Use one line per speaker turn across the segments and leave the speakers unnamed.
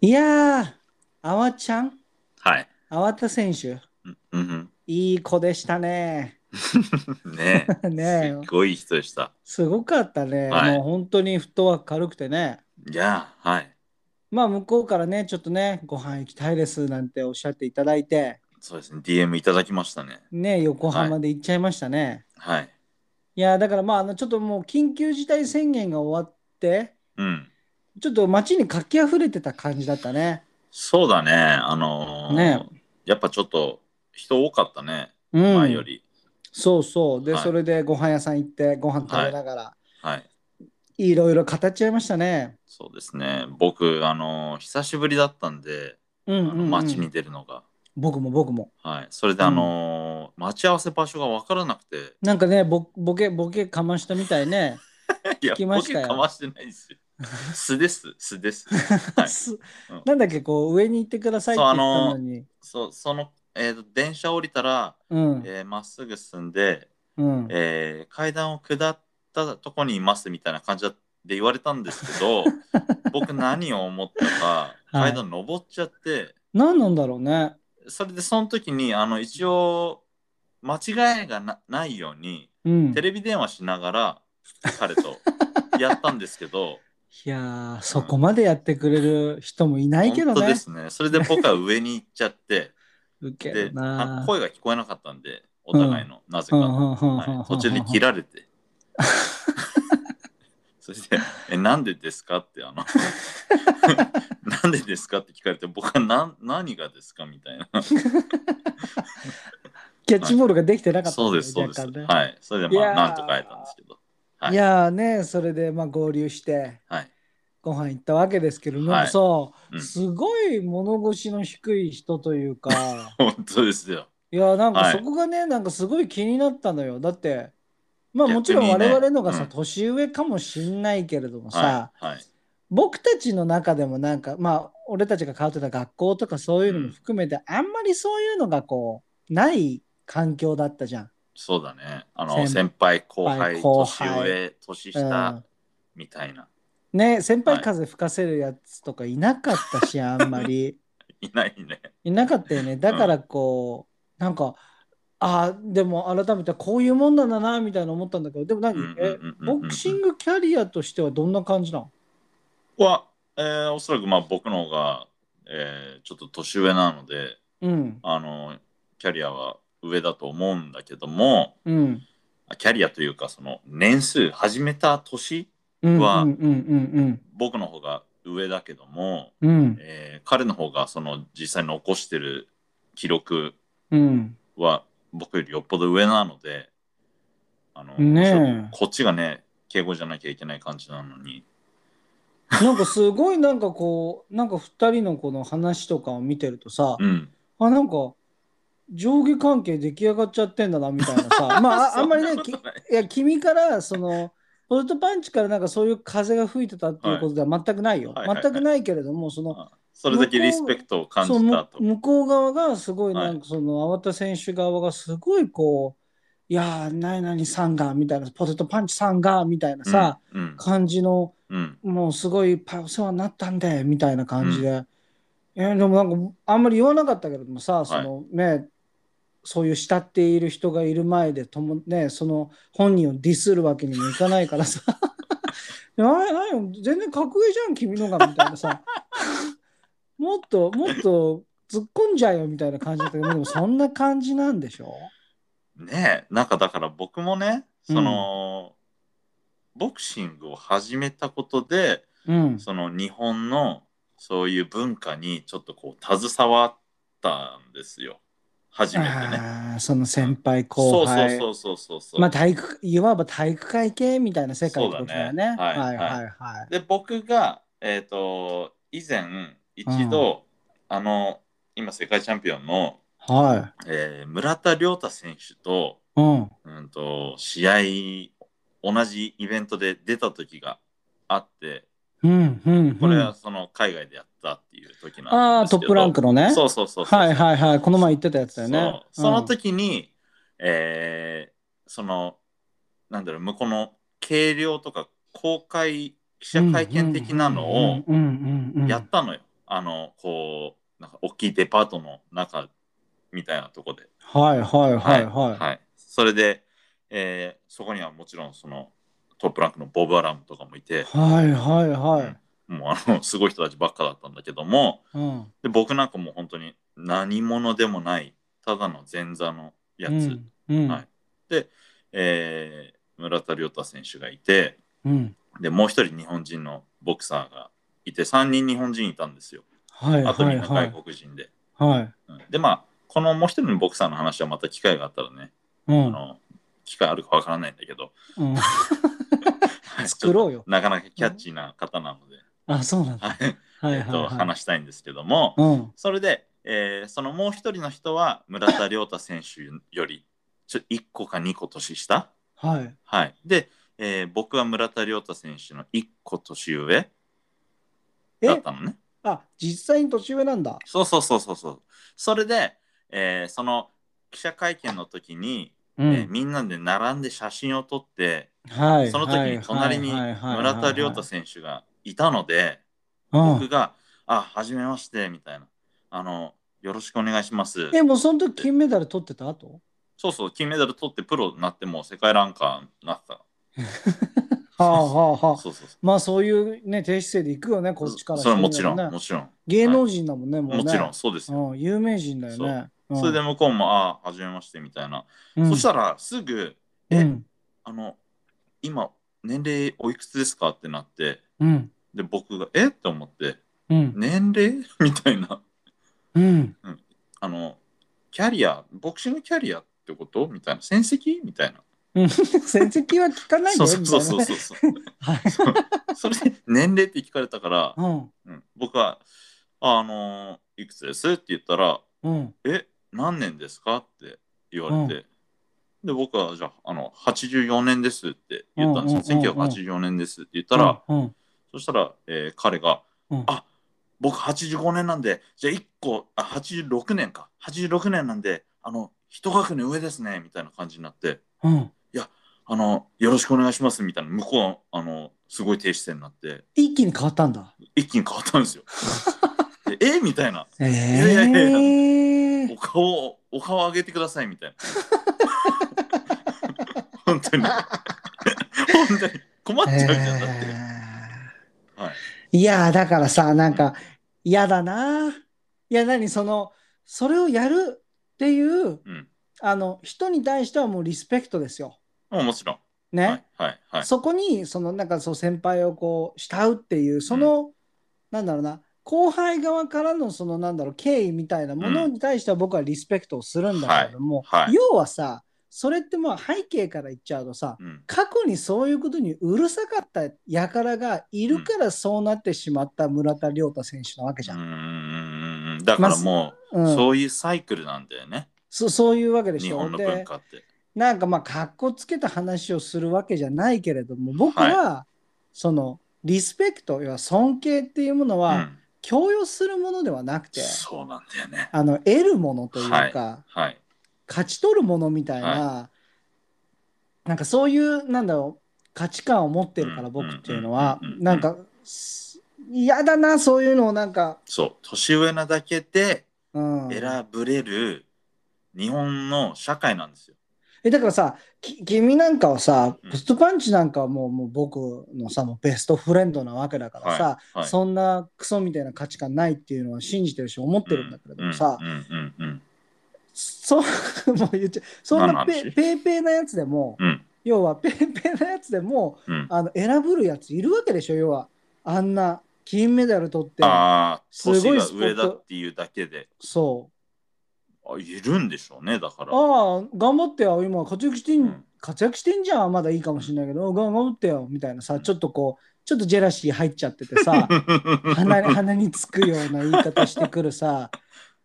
いやー、あわちゃん、
はい。
あわた選手、
うんうん
いい子でしたね。
うん。ねえ。
ねえ
すごい人でした。
すごかったね。
はい
もう本当にフットワーク軽くてね。
いやー、はい。
まあ、向こうからね、ちょっとね、ご飯行きたいですなんておっしゃっていただいて、
そうですね。DM いただきましたね。
ね、横浜で行っちゃいましたね。
はい。
い、やー、だからまあ、あのちょっともう緊急事態宣言が終わって、
うん。
ちょっと街に活気あふれてた感じだったね。
そうだね。あのー
ね
やっぱちょっと人多かったね。
うん、
前より。
そうそう。で、
はい
それでご飯屋さん行って、ご飯食べながら、
はい。
いろいろ語っちゃいましたね。
そうですね。僕、あのー久しぶりだったんで、
うんうん、
あ
う
の
ん。
街に出るのが。
僕も僕も。
はい。それで、あのー待ち合わせ場所が分からなくて。
なんかね、ぼボケ、ボケかましたみたいね。
いや、
聞きましたよ
ボケかましてないですよ。素です。素です。 はい。
す
うん
なんだっけ、こう、上に行ってくださいって言ったのに。
そうその、えーと電車降りたら、
うん、
えーまっすぐ進んで、
うん。
えー階段を下ったとこにいますみたいな感じで言われたんですけ ど僕何を思ったか
はい
階段登っちゃって、
何なんだろうね。
それでその時にあの一応間違いがなないように
うん。
テレビ電話しながら 彼とやったんですけど
いやー、そこまでやってくれる人もいないけど
本当
ね
で。すねそれで僕は上に行っちゃって
ウケ
で
る
あ
なー。
声が聞こえなかったんでお互いの、なぜか。
うんうんうんうんうん
はい、途中で切ら れて。そして「えなんでですか?」っ てあの「なんでですか?」って聞かれて僕は何何がですかみたいな
キャッチボールができてなかったん
そう
だ
で
よ
すそうです、
若干ね
はいそれで
い
ま
や
あ
ー
なんとか会えたんですけどはい
いやーね、それでまあ合流して
はい
ご飯行ったわけですけど、なん
は
か
い
さ、
うん
すごい物腰の低い人というか、
本当ですよ
いやなんか
はい
そこがね、なんかすごい気になったのよ。だって、まあ
逆にね
もちろん我々のがさ、
うん
年上かもしんないけれどもさ、
はいはい
僕たちの中でもなんかまあ俺たちが通ってた学校とかそういうのも含めて、あんまりそういうのがこうない環境だったじゃん。
そうだねあの
先
先輩後輩
後輩
年上年
う
下
ん
みたいな、
ね先輩風吹かせるやつとかいなかったし、あんま り
いないね
いなかったよねだからこう、なんかあーでも改めてこういうもんなんだなみたいな思ったんだけどでも何、
うんうんうん
え
うんうん
ボクシングキャリアとしてはどんな感じなの
は、えーおそらくまあ僕の方が、えーちょっと年上なので
うん
あのキャリアは上だと思うんだけども
うん
キャリアというかその年数始めた年
うん
は
うんうん
僕の方が上だけども、
うんうん
えー彼の方がその実際残してる記録
うん
は僕よりよっぽど上なのであの、
ねえ
こっちがね敬語じゃなきゃいけない感じなのに
なんかすごいなんかこう なんか2人のこの話とかを見てるとさ、
うん
あなんか上下関係出来上がっちゃってんだなみたいな さまあああんまり
そ
ね
な
き
こ
い
とない
や君からそのポテトパンチからなんかそういう風が吹いてたっていうことでは全くないよ、
はいはいはい
全くないけれどもその
あそれだけリスペクトを感じ
そう
た
む
と
向こう側がすごいなんかその粟田選手側がすごいこう「いやー何々さんが」みたいな「ポテトパンチさんが」みたいなさ、
うん
感じの。
うんうん
もうすごいいっぱいお世話になったんでみたいな感じで、いやでもなんかあんまり言わなかったけれどもさ、そのねそういう慕っている人がいる前でともねその本人をディスるわけにもいかないから さいやあれ何よ全然格上じゃん君のがみたいなさもっともっと突っ込んじゃえよみたいな感じだったけどでもそんな感じなんでしょ
ねえなんかだから僕もねその、ボクシングを始めたことで
うん
その日本のそういう文化にちょっとこう携わったんですよ初めてね。
あーその先輩後
そうそう
輩
そうそうそうそう、
まあ体育、いわば体育会系みたいな世界ってことだよね。
そうだね
は
はいい
はいは
で僕がえっ、と以前一度、あの今世界チャンピオンの、
い。は
えー村田亮太選手と,、
い。うん。
うん、と試合同じイベントで出た時があって。
うんうん、うん。
これはその海外でやったっていう時
あ
なん
あ、
です
ト
け
ッ
ど、
プランクのね。
そうそうそうそう
はいはいはい。この前言ってたやつだよね。
そうその時に、えーそのなんだろう向こうの計量とか公開記者会見的なのを
を
やったのよ、あのこうなんか大きいデパートの中みたいなとこで
はいはいはいはい。
はい、それで、えーそこにはもちろんそのトップランクのボブ・アラムとかもいて
はいはいは
もうあのすごい人たちばっかだったんだけども
い。うん。
で僕なんかもう本当に何者でもないただの前座のやつ、
うん。うん。
はいえー村田亮太選手がいて
うん。
でもう一人日本人のボクサーがいて3人日本人いたんですよ
はい
あと
は
み
い
んな
は
外
い。
国人で、
はい。
うんでまあこのもう一人のボクサーの話はまた機会があったらね、
う
あ
ん。
の機会あるかわからないんだけど
うん。
はい
作ろうよ
ちょっとなかなかキャッチーな方なので、
あ、そうなんだ。
はい
は
え
い
っ
はい
と
はい。
話したいんですけども、
うん。
それで、えーそのもう一人の人は村田亮太選手よりちょ1個か2個年下、
はい。
はい、で、えー僕は村田亮太選手の1個年上だ
え
っ、たのね
あ、実際に年上なんだ。
そうそうそうそうそうそれで、えーその記者会見の時に、
う
えー。みんなで並んで写真を撮って
はい。
その時に隣に村田亮太
さ
選手がいたので、
ん
僕が「あはじめまして」みたいな「あのよろしくお願いします
え、もうその時金メダル取ってた後」
そうそう金メダル取ってプロになってもう世界ランカーになって
はあはあ
た
はあ。
そうそうそう
まあそういうね、低姿勢で行くよね、こっちからして
それ
みれば
も
ね。
ちろんもちろん
芸能人だもんね、もうね。
もちろんそうですよ、
うん、有名人だよね。
それで
も、
向こうも「あはじめまして」みたいな、
うん
そしたらすぐ「え、
うん。
あの今年齢おいくつですか?」ってなって
うん。
で僕が「えっ?」て思って
うん
「年齢? 」みたいな
うん。
「あのキャリアボクシングキャリアってこと?」みたいな「戦績?」みたいな
戦績は聞かないで
そう
よ
そう
み
そ
た
う
いなね。
そうそうそう
はい
それで年齢って聞かれたから、
うん。
うん僕は「あ、あのーいくつです?」って言ったら
うん。
「え何年ですか?」って言われて、で僕は「じゃああの84年です」って言ったんですよ、
うんうんうんうん
1984年ですって言ったら、
うん。
そしたら、えー彼が「
うん
あ僕85年なんでじゃあ1個あ86年か86年なんであの一学年上ですね」みたいな感じになって
うん。
「あのよろしくお願いします」みたいな向こうはあのすごい低姿勢になって
一気に変わったんだ。
一気に変わったん ですよ。でえみたいな。
え
や いや
え
お。顔をお顔上げてくださいみたいな。 本当に。本当に困っちゃうじゃん、だって。はい。
いやー、だからさ、なんか、嫌だな。いや、何、その、それをやるっていう、
うん。
あの、人に対してはもうリスペクトですよ。
もうもちろん。
ね。
はいはいはい。
そこにそのなんかそう先輩をこう慕うっていうその、なんだろうな後輩側からのそのなんだろう敬意みたいなものに対しては僕はリスペクトをするんだけれども、
はいはい
要はさそれってもう背景から言っちゃうとさ
うん。
過去にそういうことにうるさかった輩がいるからそうなってしまった村田亮太選手なわけじ
う
ゃ
ー
ん。
んだからも
う
う、
ん
そういうサイクルなんだよね。
そそういうわけでし
日
ょ
本の文
で
化って。
なんかまあ格好つけた話をするわけじゃないけれども僕は、そのリスペクト要は尊敬っていうもの
う
は、
ん。
強要するものではなくて
そうなんだよね。
あの得るものというか、
はい。
勝ち取るものみたいな、なんかそういうなんだろう価値観を持ってるから
うん
僕っていうのは
うんうんうんうん
なんかす嫌だなそういうのをなんか、
そう。年上なだけで
うん、
選ぶれる日本の社会なんですよ。
えだからさき君なんかはさ
うん
ポストパンチなんかはもうもう僕のさもうベストフレンドなわけだからさ、
はいはい
そんなクソみたいな価値観ないっていうのは信じてるし思ってるんだけれどもさ、
うんうんうん
そ もう言っちゃうそんな
何の
ペ
話
ペーペーなやつでも、
うん
要はペーペーなやつでも
うんうん。
あの選ぶるやついるわけでしょ要はあんな金メダル取って
ああ、
すごい
年が
スポッ
上
ト
だっていうだけで、
そ
あいるんでしょうね、だか
う
ら。
ああ頑張ってよ今活躍してん、
うん
活躍してんじゃんまだいいかもしれないけど頑張ってよみたいなさちょっとこうちょっとジェラシー入っちゃっててさ 鼻に鼻につくような言い方してくるさ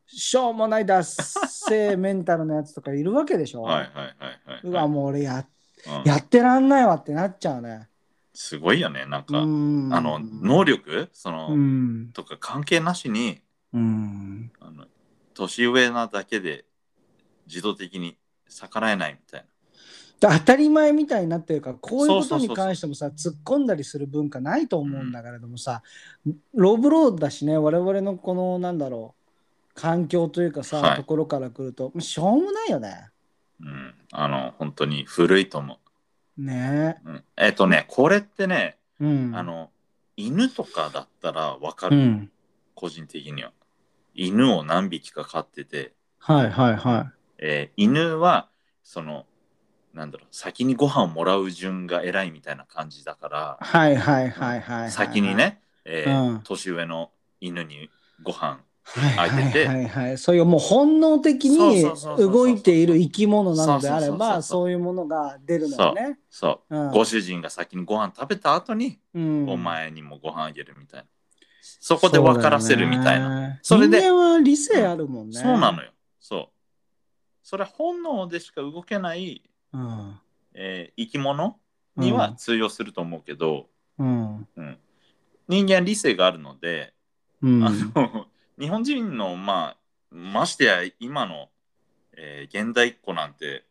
しょうもないダッセーメンタルのやつとかいるわけでしょ、
はいはいはいはい。
うわもう俺やっ
うん
やってらんないわってなっちゃうね。
すごいよね、なん
う
か、あ
ん。
の、能力その、
うん。
とか関係なしに
うん。
あの、年上なだけで自動的に逆らえないみたい
当たり前みたいになってるからこういうこと
そうそうそう
に
そう
関してもさ突っ込んだりする文化ないと思うんだけれどもさ、ローブロードだしね我々のこのなんだろう環境というかさ、
はい
ところから来るともうしょうもないよね。
うん、あの本当に古いと思
ね
う、うん、えっ、とねこれってね、
え。うん。
あの犬とかだったらわか
う
る、
ん。
個人的には犬を何匹か飼ってて、
はいはいは
えー犬はそのなんだろう先にご飯をもらう順が偉いみたいな感じだから
い。はいはいはいはいはい。
先に。ね、えー
うん
年上の犬にご飯
はい
開
はい
てて
いはいはい。そういうもう本能的に
そうそうそうそうそう
動いている生き物なのであれ
そうそうそうそ
ば、
う
そういうものが出るのよね。
そうう、
ん
ご主人が先にご飯食べた後に、
うん
お前にもご飯あげるみたいなそこで分からせるみたいな
な
それで
人間は理性あるもんね。
そう,、なのよそうそれは本能でしか動けない、
うん。
えー生き物には通用すると思うけど、
うん。
人間は理性があるので、
うん。
あの日本人のまあましてや今の、えー現代っ子なんて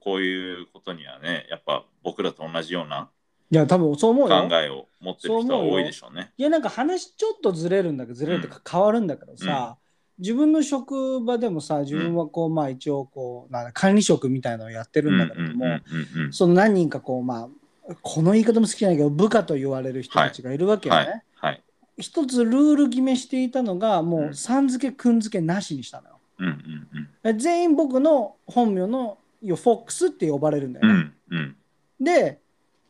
こういうことにはねやっぱ僕らと同じようない
や、多分そう思う
考
よ。
えを持ってる人は多いでしょうね。
いや、なんか話ちょっとずれるんだけど、ずれるとか変わるんだけどさ、自分の職場でもさ、自分はこう、まあ一応こう、なんだ管理職みたいなのをやってるんだけれども、
うんうん
その何人かこう、まあ、この言い方も好きじゃないけど、部下と言われる人たちがいるわけよね。
はいはい。
一つルール決めしていたのが、も
う
う、
ん
さん付け、くん付けなしにしたのよ。
うんうん
全員僕の本名のよフォックスって呼ばれるんだよ
う
ね。
んうん
で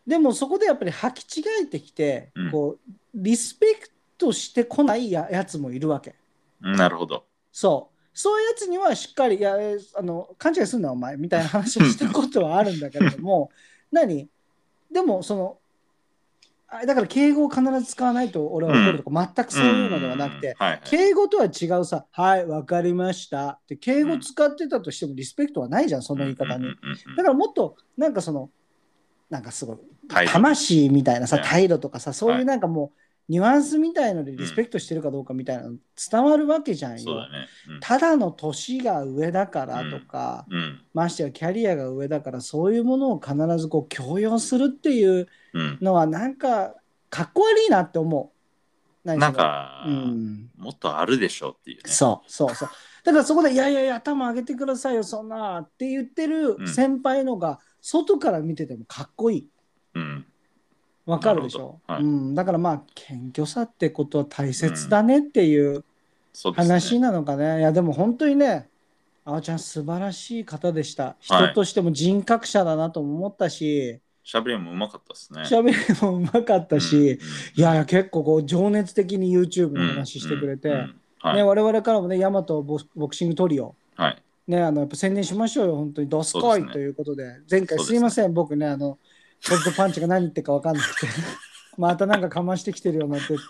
でもそこでやっぱり履き違えてきて、
うん
こうリスペクトしてこないややつもいるわけ
うん。なるほど。
そうそういうやつにはしっかりいやえーあの勘違いすんなお前みたいな話をしたことはあるんだけれど も何でもそのあだから敬語を必ず使わないと俺は怒るとか、全くそういうのではなくて、
うんはいはい
敬語とは違うさ「はいわかりました」って敬語使ってたとしてもリスペクトはないじゃんその言い方
うんう
に
ん。うんう
だ
ん
からもっとなんかそのなんかすごい
態度
魂みたいなさ
ね
態度とかさそうい
は
う
い
なんかもうニュアンスみたいのでリスペクトしてるかどうかみたいなの伝わるわけじゃん
そう
よ
だ。ね。
ただの年が上だからとか、
うんうん
ましてやキャリアが上だからそういうものを必ずこう強要するっていう
うん
のはなんかかっこ悪いなって思う。何しろ
なん、か
うん、
もっとあるでしょうっていうね。
そうそうそう。だからそこで「いやいやいや頭上げてくださいよそんな」って言ってる
うん
先輩のが外から見ててもかっこいい。
うん
わかるでしょ、
なるほどはい
うん、だからまあ謙虚さってことは大切だねっていう
そうですね
話なのかね、いやでも本当にねあおちゃん素晴らしい方でした
はい
人としても人格者だなとも思ったし
喋りもうまかったですね。
喋、りもうまかったし、
うん
いやいや結構こう情熱的に YouTube
うん
の話してくれて、
うんうんはい
ね、我々からもね大和ボボクシングトリオ
はい。
ね、あのやっぱ宣伝しましょうよ、本当に、どすこ
そうで
い
すね
ということで、前回
そうですす
い
ね
ません、僕ね、あの、ポッドパンチが何言ってるか分かんなくて、 またなんかかましてきてるようになって、普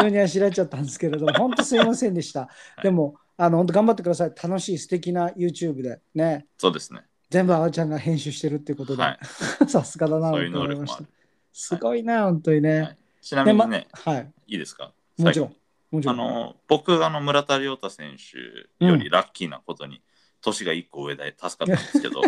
通にあしらっちゃったんですけれども、本当すいませんでした。
い
でも、あの、本当頑張ってください。楽しい、素敵な YouTube で、ね、
そうですね。
全部あわちゃんが編集してるってことで、
はい
さすがだなと
そういう
思い
能力
ま
も
し
あ
た
る。。
すごいな、本当にね。
はいちなみにね、
はい、
いいですか
もちろん。。もちろ
最後あ
ん。
の、僕、あの、村田亮太選手よりラッキーなことに、年が一個上で助かったんです けど、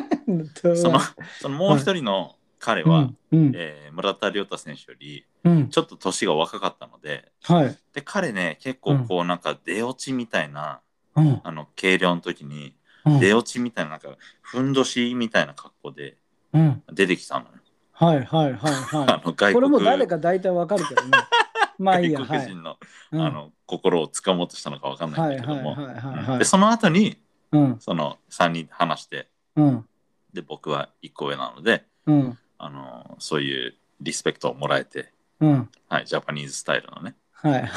その、そのもう一人の彼
う
は、
ん、うん、
えー村田亮太選手より、
うん、
ちょっと年が若かったので、
はい、
で、彼ね、結構こう、なんか出落ちみたいな、
うん、
あの、軽量の時に、
うん
出落ちみたいな、なんか、ふんどしみたいな格好で
うん、
出てきたのよ。
はい、はい、はい、はい。
あの、 外国
これもう誰か大体わかるけ どね。まあいいや、
外
は
国
い。
人の
うん
あの心をつかもうとしたのかわかんない
は
ん
い
だけ
は
ど
い
も、
はいはいはい
で。その後に
うん
その3人で話して
うん
で僕は1個上なので
うん
あのそういうリスペクトをもらえて、
うん
はい、ジャパニーズスタイルのね
はい。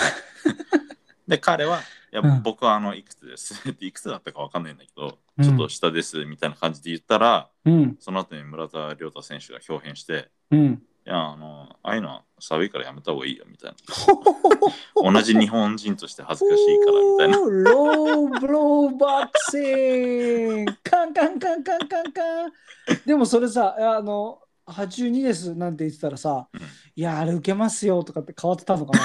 で彼はいや、
うん
僕はあのいくつです っていくつだったかわかんないんだけど、
うん
ちょっと下ですみたいな感じで言ったら
うん
その後に村田亮太選手が表変して
うん。
いやあのああいうのは寒いからやめた方がいいよみたい な同じ日本人として恥ずかしいからみたいな
おーローブローボクシングカンカンカンカンカンカン。でもそれさ、あの、82ですなんて言ってたらさ、
うん
いや、あれ受けますよとかって変わってたの か
ちょ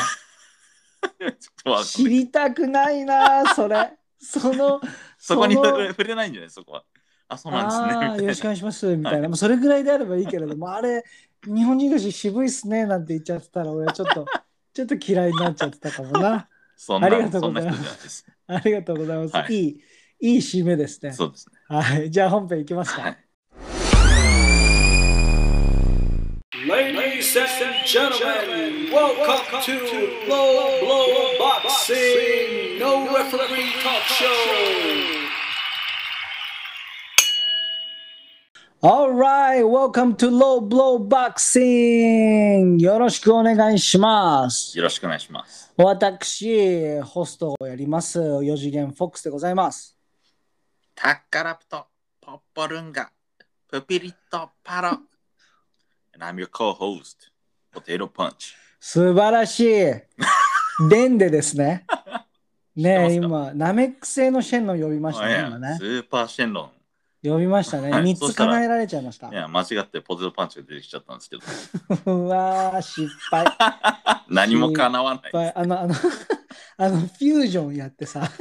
っとわ
な
かんない
知りたくないな、それ。その、
そこに
その
触れ触れないんじゃないそこは。あ、そうなんですね。み
ああ
たい
ー、
な
よろしくお願いします、みたいな。もうそれぐらいであればいいけれども、あれ、日本人だし渋いっすね、なんて言っちゃってたら、俺はちょっと、 ちょっと嫌いになっちゃってたかもな。
そんな
ありがとう
そ
ご
ん
ざ
ない人
ます
じゃないです。
ありがとうございます。
はい
い、いい、い締めですね。
そうですね。
はい。じゃあ本編いきますか。
はい。
Ladies and gentlemen, welcome to Low Blow Boxing No Referee Talk Show.
All right, welcome to Low Blow Boxing! よろしくお願いします。
よろしくお願いします。
私、ホストをやります、四次元フォックスでございます。
タッカラプト、ポッポルンガ、プピリット、パロ。And I'm your co-host, Potato Punch.
素晴らしい。 デンデですね。ねえ、
知って
今、ナメック星のシェンロン呼びました
い
ね、
や
今ね
ス。ーパーシェンロ
呼びましたね。
はい
3
そ
つ
したら
叶えられちゃいました
ン。い。や、間違ってポテトパンチが出てきちゃったんですけど、
うわー、失敗。失
何も叶わない。
敗。あの、 あの、あの、フュージョンやってさ、フ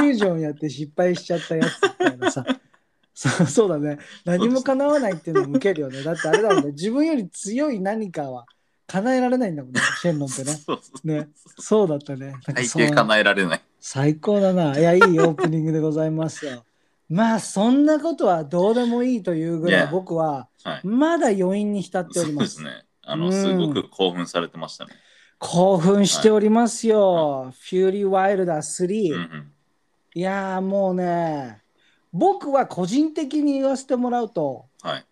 ュージョンやって失敗しちゃったやつみたいなさ。 そうそうだね。何も叶わないっていうのも受けるよね。だってあれだもんね。自分より強い何かは叶えられないんだもんね。シェンロンってね。
そうそう
ね。そうだったね。なんか
最
そう
低叶えられない。
最高だな。いや、いいオープニングでございますよ。まあ、そんなことはどうでもいいというぐらい、
Yeah.
僕は
はい。
まだ余韻に浸ってお
そ
り
う
ま。
ですすね。あ
う
の、
ん
すごく興奮されてましたね。
興奮しておりますよ。フューリーワイルダー
うん
3。
うん。
いやー、もうね、僕は個人的に言わせてもらうと、
はい。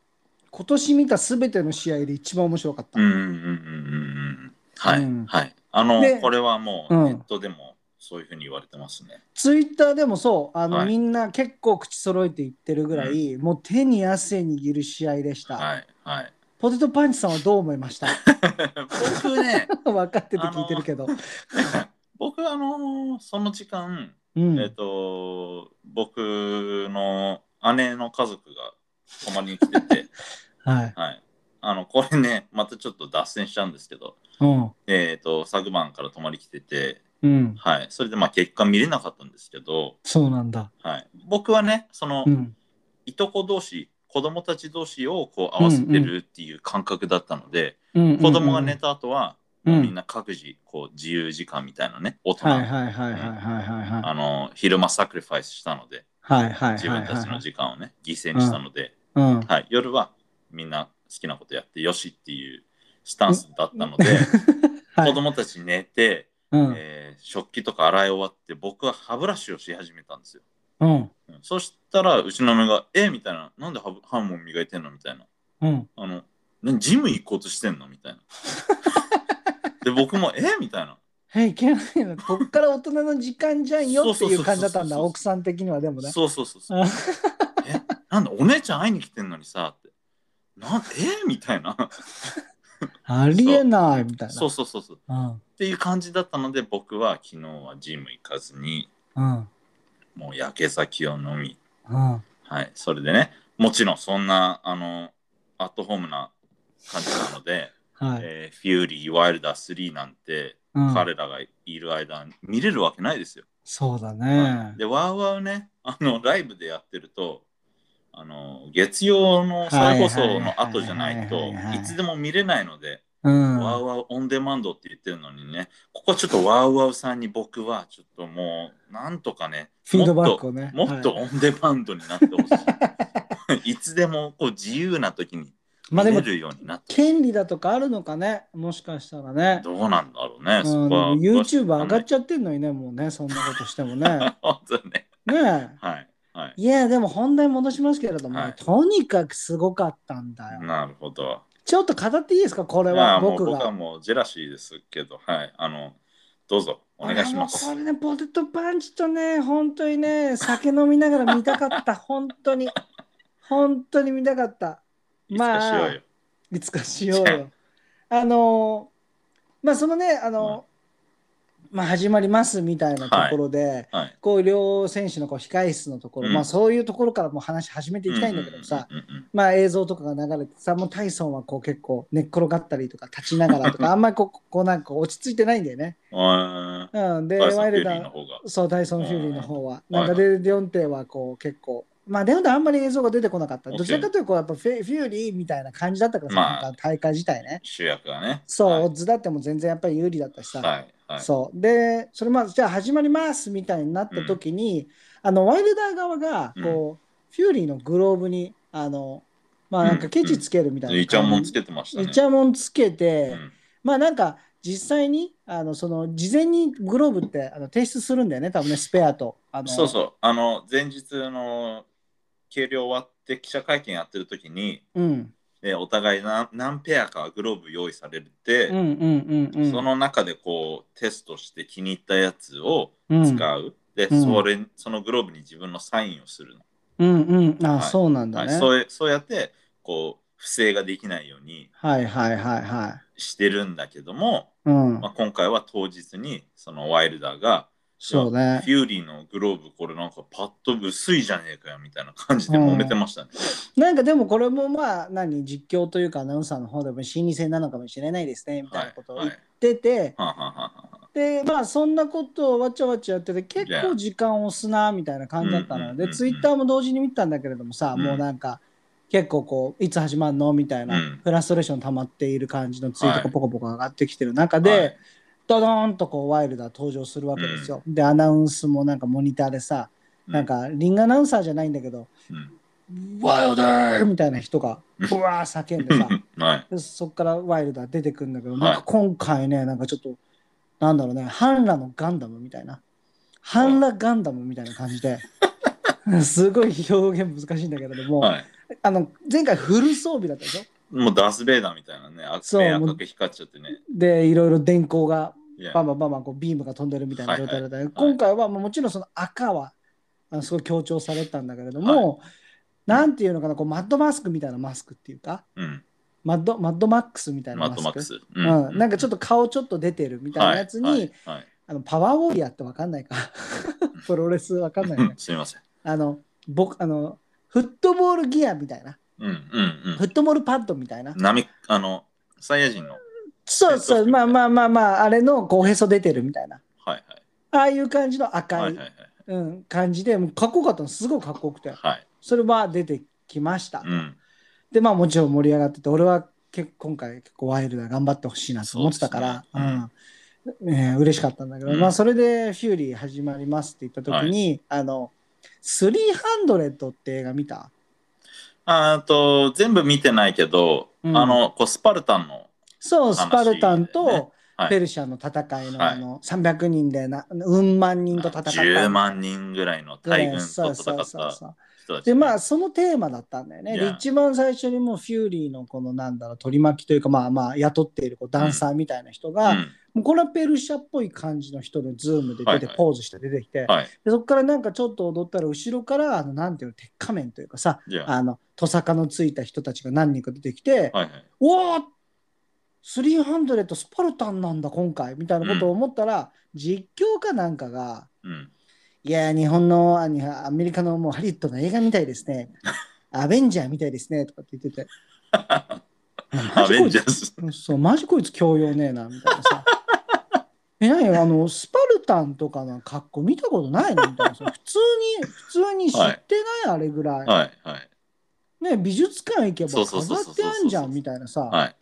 今年見たすべての試合で一番面白かった。
うんうんうんうんうん。はい、
うん
はい。あの
で、
これはもう
うん
ネットでもそういうふうに言われてますね。
ツイッターでもそう、あの、
はい
みんな結構口揃えて言ってるぐらい、もう手に汗握る試合でした。
はい、はい。
ポテトパンチさんはどう思いま した
僕ね、
分かってて聞いてるけど。
僕あのーその時間、
うん、
えっ、と、僕の姉の家族が泊まりに来 てて、
はい。
はい。あの、これね、またちょっと脱線しちゃうんですけど、
うん。
えっ、と、昨晩から泊まり来てて、
うん。
はい。それでまあ結果見れなかったんですけど、
そうなんだ。
はい。僕はね、その、
うん。
いとこ同士子供たち同士をこう合わせてるっていう感覚だったので、
うん
子供が寝。た後は、
うん
もうみんな各自こう自由時間みたいなね大人、
はいはいはいはいはいはいは
あの昼間サクリファイスしたので
い。はいはいはいはい。
自分たちの時間をね犠牲にしたので、
うん。
はい、夜はみんな好きなことやってよしっていうスタンスだったので、
はい
子供たち寝て、
うん。
えー食器とか洗い終わって僕は歯ブラシをし始めたんですよ。
うん。
うんそしたらうちの嫁が「えみたいな「なんで歯ぶ歯も磨いてんの?」みたいな。
うん。
あの、何ジム行こうとしてんのみたいな。で、僕も、えみたいな。
え、いけないな。こっから大人の時間じゃんよっていう感じだったんだ、
そうそうそうそう
奥さん的にはでもね。
そうそうそうそう。え、なんだ、お姉ちゃん会いに来てんのにさ、って。なんえみたいな。
ありえないみたいな。
そうそうそうそう。
うん。
っていう感じだったので、僕は昨日はジム行かずに、
うん。
もう焼け酒を飲み、
うん。
はい、それでね、もちろんそんな、あの、アットホームな感じなので、
はい。
えーフューリー、ワイルダー3なんて、
うん。
彼らがいる間、見れるわけないですよ。
そうだ
は
ね
い。で、ワウワウね、あの、ライブでやってると、あの、月曜の再放送の後じゃない
は
と
いはいはいはいはい
いつでも見れないので、
うん。
ワウワウオンデマンドって言ってるのにね、ここはちょっとワウワウさんに僕はちょっともう、なんとかね、
フィードバックをね。
もっともっと
はい。
オンデマンドになってほし い。いつでもこう自由な時に
まあで
見れ
も、
るようになって、
権利だとかあるのかね、もしかしたらね。
どうなんだろうね、
う
そ
ん、
こは。
YouTube 上がっ
ち
ちゃってんのにね、もうね、そんなことしても ね。
ゃ本当にね。
ねえ
はい。はい。
いや、でも本題戻しますけれども、
はい
とにかくすごかったんだよ。
なるほど。
ちょっと語っていいですか、これ
いや
は
もう
僕
僕は
が。
もうジェラシーですけど、はい、あの、どうぞお願いします。
あ
は
のこれね、ポテトパンチとね、本当にね、酒飲みながら見たか った、本当に。本当に見たかった。
いつかしよ
ま
う
あ
よ。
いつかしようよ。あのーまあそのね、あのまあ始まりますみたいなところで、
はい。
こう両選手のこう控え室のところ、
うん
まあそういうところからもう話し始めていきたいんだけどさ、
うんうんうんうん。
まあ映像とかが流れてさ、もうタイソンはこう結構寝っ転がったりとか立ちながら とか、あんまりこうこうなんか落ち着いてないんだよね。
あ
うん、で、
ー、バイソ
ワ
ン
イ
フュ
ル
ーリー
ダ
の
ー、
方が。
そう、タイソン・フューリーの方は。
うん
なんかで、ディオンテはこう結構まあ、レオナあんまり映像が出てこなかった。
OK
どちらかというと、やっぱフェフューリーみたいな感じだったからさ、
まあ
なんか大会自体ね。
主役がね。
そう、
はい
オッズだっても全然やっぱり有利だったしさ。
はい。はい。
そうでそれまずじゃあ始まりますみたいになった時に、あのワイルダー側がこう、フューリーのグローブにあのまあなん
う
か
ん
ケチつけるみたいな、
イチャモンつけてましたね。
イチャモンつけて、
うん
まあなんか実際にあのその事前にグローブってあの提出するんだよね多分ねスペアとあの
そうそう。あの、前日の計量終わって記者会見やってる時に、
う、ん、
えお互い何何ペアかグローブ用意されて
うんう、んうんうん
その中でこうテストして気に入ったやつを
うん
使う。で、
うん
それ、そのグローブに自分のサインをするの。
うんうんあ、
はい
そうなんだ
はい
ね、はい、
そうそうやって、こう、不正ができないように
はいはいはいはい
してるんだけども、
うん
まあ、今回は当日にそのワイルダーが、
そうね
フューリーのグローブこれなんかパッと薄いじゃねえかよみたいな感じで揉めてましたね。
なんかでもこれもまあ何実況というかアナウンサーの方でも心理戦なのかもしれないですねみたいなことを
はい
言
は
っ
い
てて、
はあはあはあはあ
でまあそんなことをわちゃわちゃやってて結構時間を押すなみたいな感じだった
うんう
の
んうんう
で
ん
ツイッターも同時に見たんだけれどもさ、
うん
もうなんか結構こういつ始まるのみたいな、
うん
フラストレーション溜まっている感じのツイート
は
が
い
ポコポコ上がってきてる中で、
はい
ドドーンとこうワイルダー登場するわけですよ、でアナウンスもなんかモニターでさ、なん、かリングアナウンサーじゃないんだけど
うん
「ワイルダー!」みたいな人が
うん
ブワー叫ん でさ
はい。
でそこからワイルダー出てくるんだけど、
はい
なんか今回ねなんかちょっとなんだろうね半裸のガンダムみたいな半裸ガンダムみたいな感じ ですごい表現難しいんだけれども、
はい。
あの前回フル装備だったでしょ
もうダース・ベイダーみたいなね、あ
そう
目赤く光っちゃってね。
でいろいろ電光が
いや
バンバンバンバンこうビームが飛んでるみたいな状態だったけど、
はいはい
今回はもうもちろんその赤はあのすごい強調されてたんだけれども、なんていうのかなこうマッドマスクみたいなマスクっていうか
うん。
マッドマッドマックスみたいな
マッ
マス
ド
ク
マックス。う
うん、なんかちょっ
っ
と顔ちょっと出てるみたいなやつに、
はいはいはい
あのパワーウォーリアーってわかんない かプロレスわかんない
うん
ね
すみません。
あの僕あのフットボールギアみたいな
うんうん
フットボールパッドみたいな
うん。なみ、あの、サイヤ人の。はい
そうそ
ヘッドスピンみ
う
た
ま
いな
あまあまあまああれのこうおへそ出てるみたいな
はい。
ああいう感じの赤い、
はいはいはい。
うん、感じでもうかっこよかったのすごいかっこよくて
はい。
それは出てきました、
うん。
でまあもちろん盛り上がってて俺は結構今回結構ワイルダー頑張ってほしいなと思ってたから
そうですね
うんねえ嬉しかったんだけど、
うん
まあそれで「フューリー始まります」って言った時に「あの300って映画見た
あと、全部見てないけど、
うん
あの、こう、スパルタンの。
そう
話
スパルタンと
はい
ペルシャの戦いの,、
は
あ
い
の300人でなうん万人と戦った
10万人ぐらいの大軍と戦った人
そう
た
そう
ち
そうそう
ね。
でまあそのテーマだったんだよね。で
Yeah.
一番最初にもうフューリーのこのなんだろう取り巻きというかまあまあ雇っているこうダンサーみたいな人が、
うん
もうこれはペルシャっぽい感じの人でズームで
はい
出て
はい
ポーズして出てきて、
はい。
でそこからなんかちょっと踊ったら後ろからあのなんていうの鉄仮面というかさ
じゃあ。
あのトサカのついた人たちが何人か出てきて、
はいはい。
おお300スパルタンなんだ今回みたいなことを思ったら、実況かなんかが
うん。
いやー、日本の、あにアメリカのもうハリウッドの映画みたいです ね。アベンジャーみたいですね。とかって言ってて。
ア
ア
ベンジャーズ。
そう、マジこいつ教養ねえな、みたいな さ。え、何あの、スパルタンとかの格好見たことないのみたいな さ。普通に、普通に知ってない、あれぐらい。
はいはい。
ね、美術館行け
そ
ば
うそうそう
飾
そう
ってあんじゃ、
そうそうそうん
みたいなさ。
はい。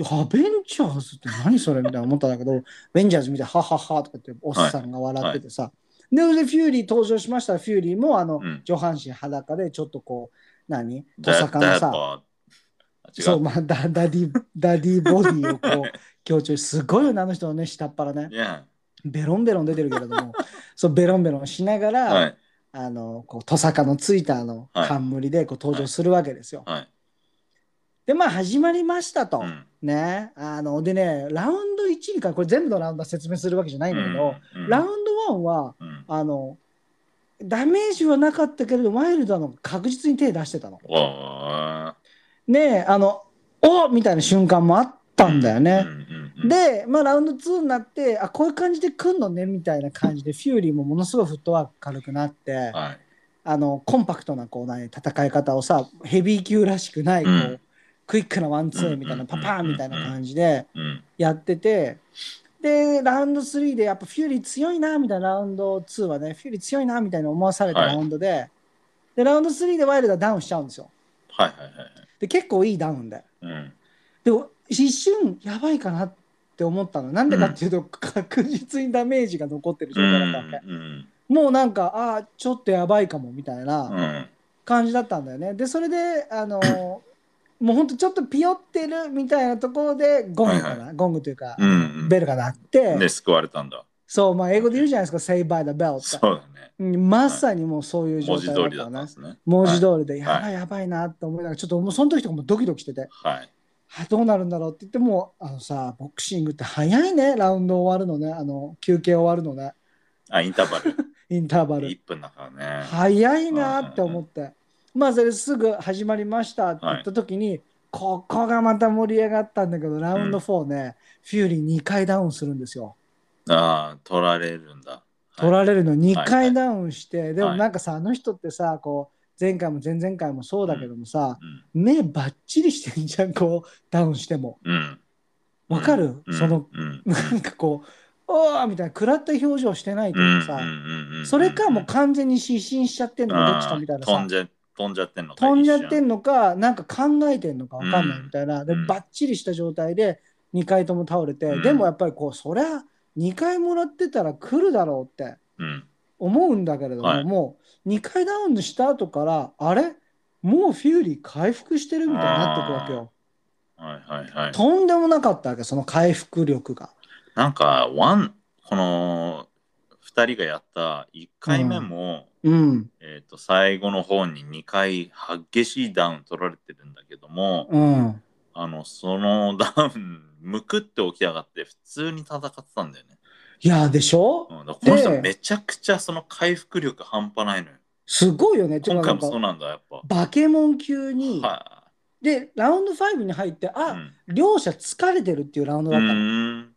アベンジャーズって何それみたいな思ったんだけど、ア ベンジャーズ見て、はははとかっておっさんが笑っててさ。で、でフューリー登場しましたら、フューリーもあの、
うん
上半身裸でちょっとこう、何ト
だ
サカの
だ
さ、
あ違う。
そう、まあ、ダダディ、ダディボディをこ う、強調しすごいよね、あの人のね、下っ腹ね
い。や。
ベロンベロン出てるけれど も、そう、ベロンベロンしながら、
はい
あの、こう、トサカのついたあの
はい
冠でこう登場するわけですよ。
はい。
で、まあ、始まりましたと。
うん。
ね、あのでねラウンド1からこれ全部のラウンドは説明するわけじゃないんだけど、
うん
ラウンド1は
うん。
あのダメージはなかったけれどワイルドの確実に手出してたの。
おー
ねあのおみたいな瞬間もあったんだよね。。
で、
で、まあ、ラウンド2になってあこういう感じで来んのねみたいな感じでフューリーもものすごいフットワーク軽くなって
はい。
あのコンパクトなこう、ね、戦い方をさヘビー級らしくないこう、
うん
クイックなワンツーみたい
うんうんうんうん
なパパーンみたいな感じで。
うん。
やっててでラウンド3でやっぱフューリー強いなみたいなラウンド2はねフューリー強いなみたいな思わされた
はい
ラウンドで、で、ラウンド3でワイルドはダウンしちゃうんですよ。
はいはいはいはい。
で、結構いいダウンで。
うん。
で、一瞬やばいかなって思ったの。なんでかっていうと、確実にダメージが残ってる状
う
態だったんで、
ん。
もうなんか、ああー、ちょっとやばいかもみたいな。
うん。
感じだったんだよね。でそれであの ーもうほんとちょっとピヨってるみたいなところでゴングかな、
はい
ゴングというか、
うん。
ベルが鳴って、
で、救われたんだ。
そうまあ英語で言うじゃないですか「Save by the Bell」って
そうだね。
うんまさにもうそういう状
文字
態
通り
だ
だ
っ
ったたん
ね
で。すね。
文字通りで、やば
はい
やばいなって思いながらちょっともうその時とかもドキドキしてて
はい。
あどうなるんだろうって言ってもうあのさボクシングって早いねラウンド終わるのねあの休憩終わるのね
あ、インターバル。
インターバル
1分だからね。
早いなって思って、まあそれすぐ始まりましたって言った時に、ここがまた盛り上がったんだけどラウンド4ね、フューリー2回ダウンするんですよ
ああ、取られるんだ。
取
れ
られるの2
はいは
回
い
ダウンして、でもなんかさあの人ってさこう前回も前々回もそうだけどもさ、
うん。
目ばっちりしてんじゃんこうダウンしても
うん。
わかる、
うん
その、
うん。
なんかこうおーみたいな食らった表情してないと
う
いうんかさ、
うんうん。
それかもう完全に失神しちゃってんのかどっちかみたいなさ、
飛んじゃ、飛んじゃってんのか。
飛んじゃって
ん
んのか、なんか考えてんのか分かんないみたいな、で
うん
ばっちりした状態で2回とも倒れて、
うん
でもやっぱりこう、そりゃ2回もらってたら来るだろうって
うん。
思うんだけれども、
はい
もう2回ダウンした後から、あれもうフューリー回復してるみたいになってくわけよ。
はいはいはい。
とんでもなかったわけ、その回復力が。
なんか、ワン、この、二人がやった一回目も、
うん、
えっと、最後の方に二回激しいダウン取られてるんだけども、
うん。
あの、そのダウン、むくって起き上がって、普通に戦ってたんだよね。
いや、でしょ
うん、だからこの
で
人めちゃくちゃその回復力半端ないのよ。
すごいよね。て
今
かな
回
ん
もそう
か、
なんだ、やっぱ。
バケモン級に、
は
で、ラウンド5に入って、あ、
い。うん
両者疲れてるっていうラウンド
う
だったの。
ーん。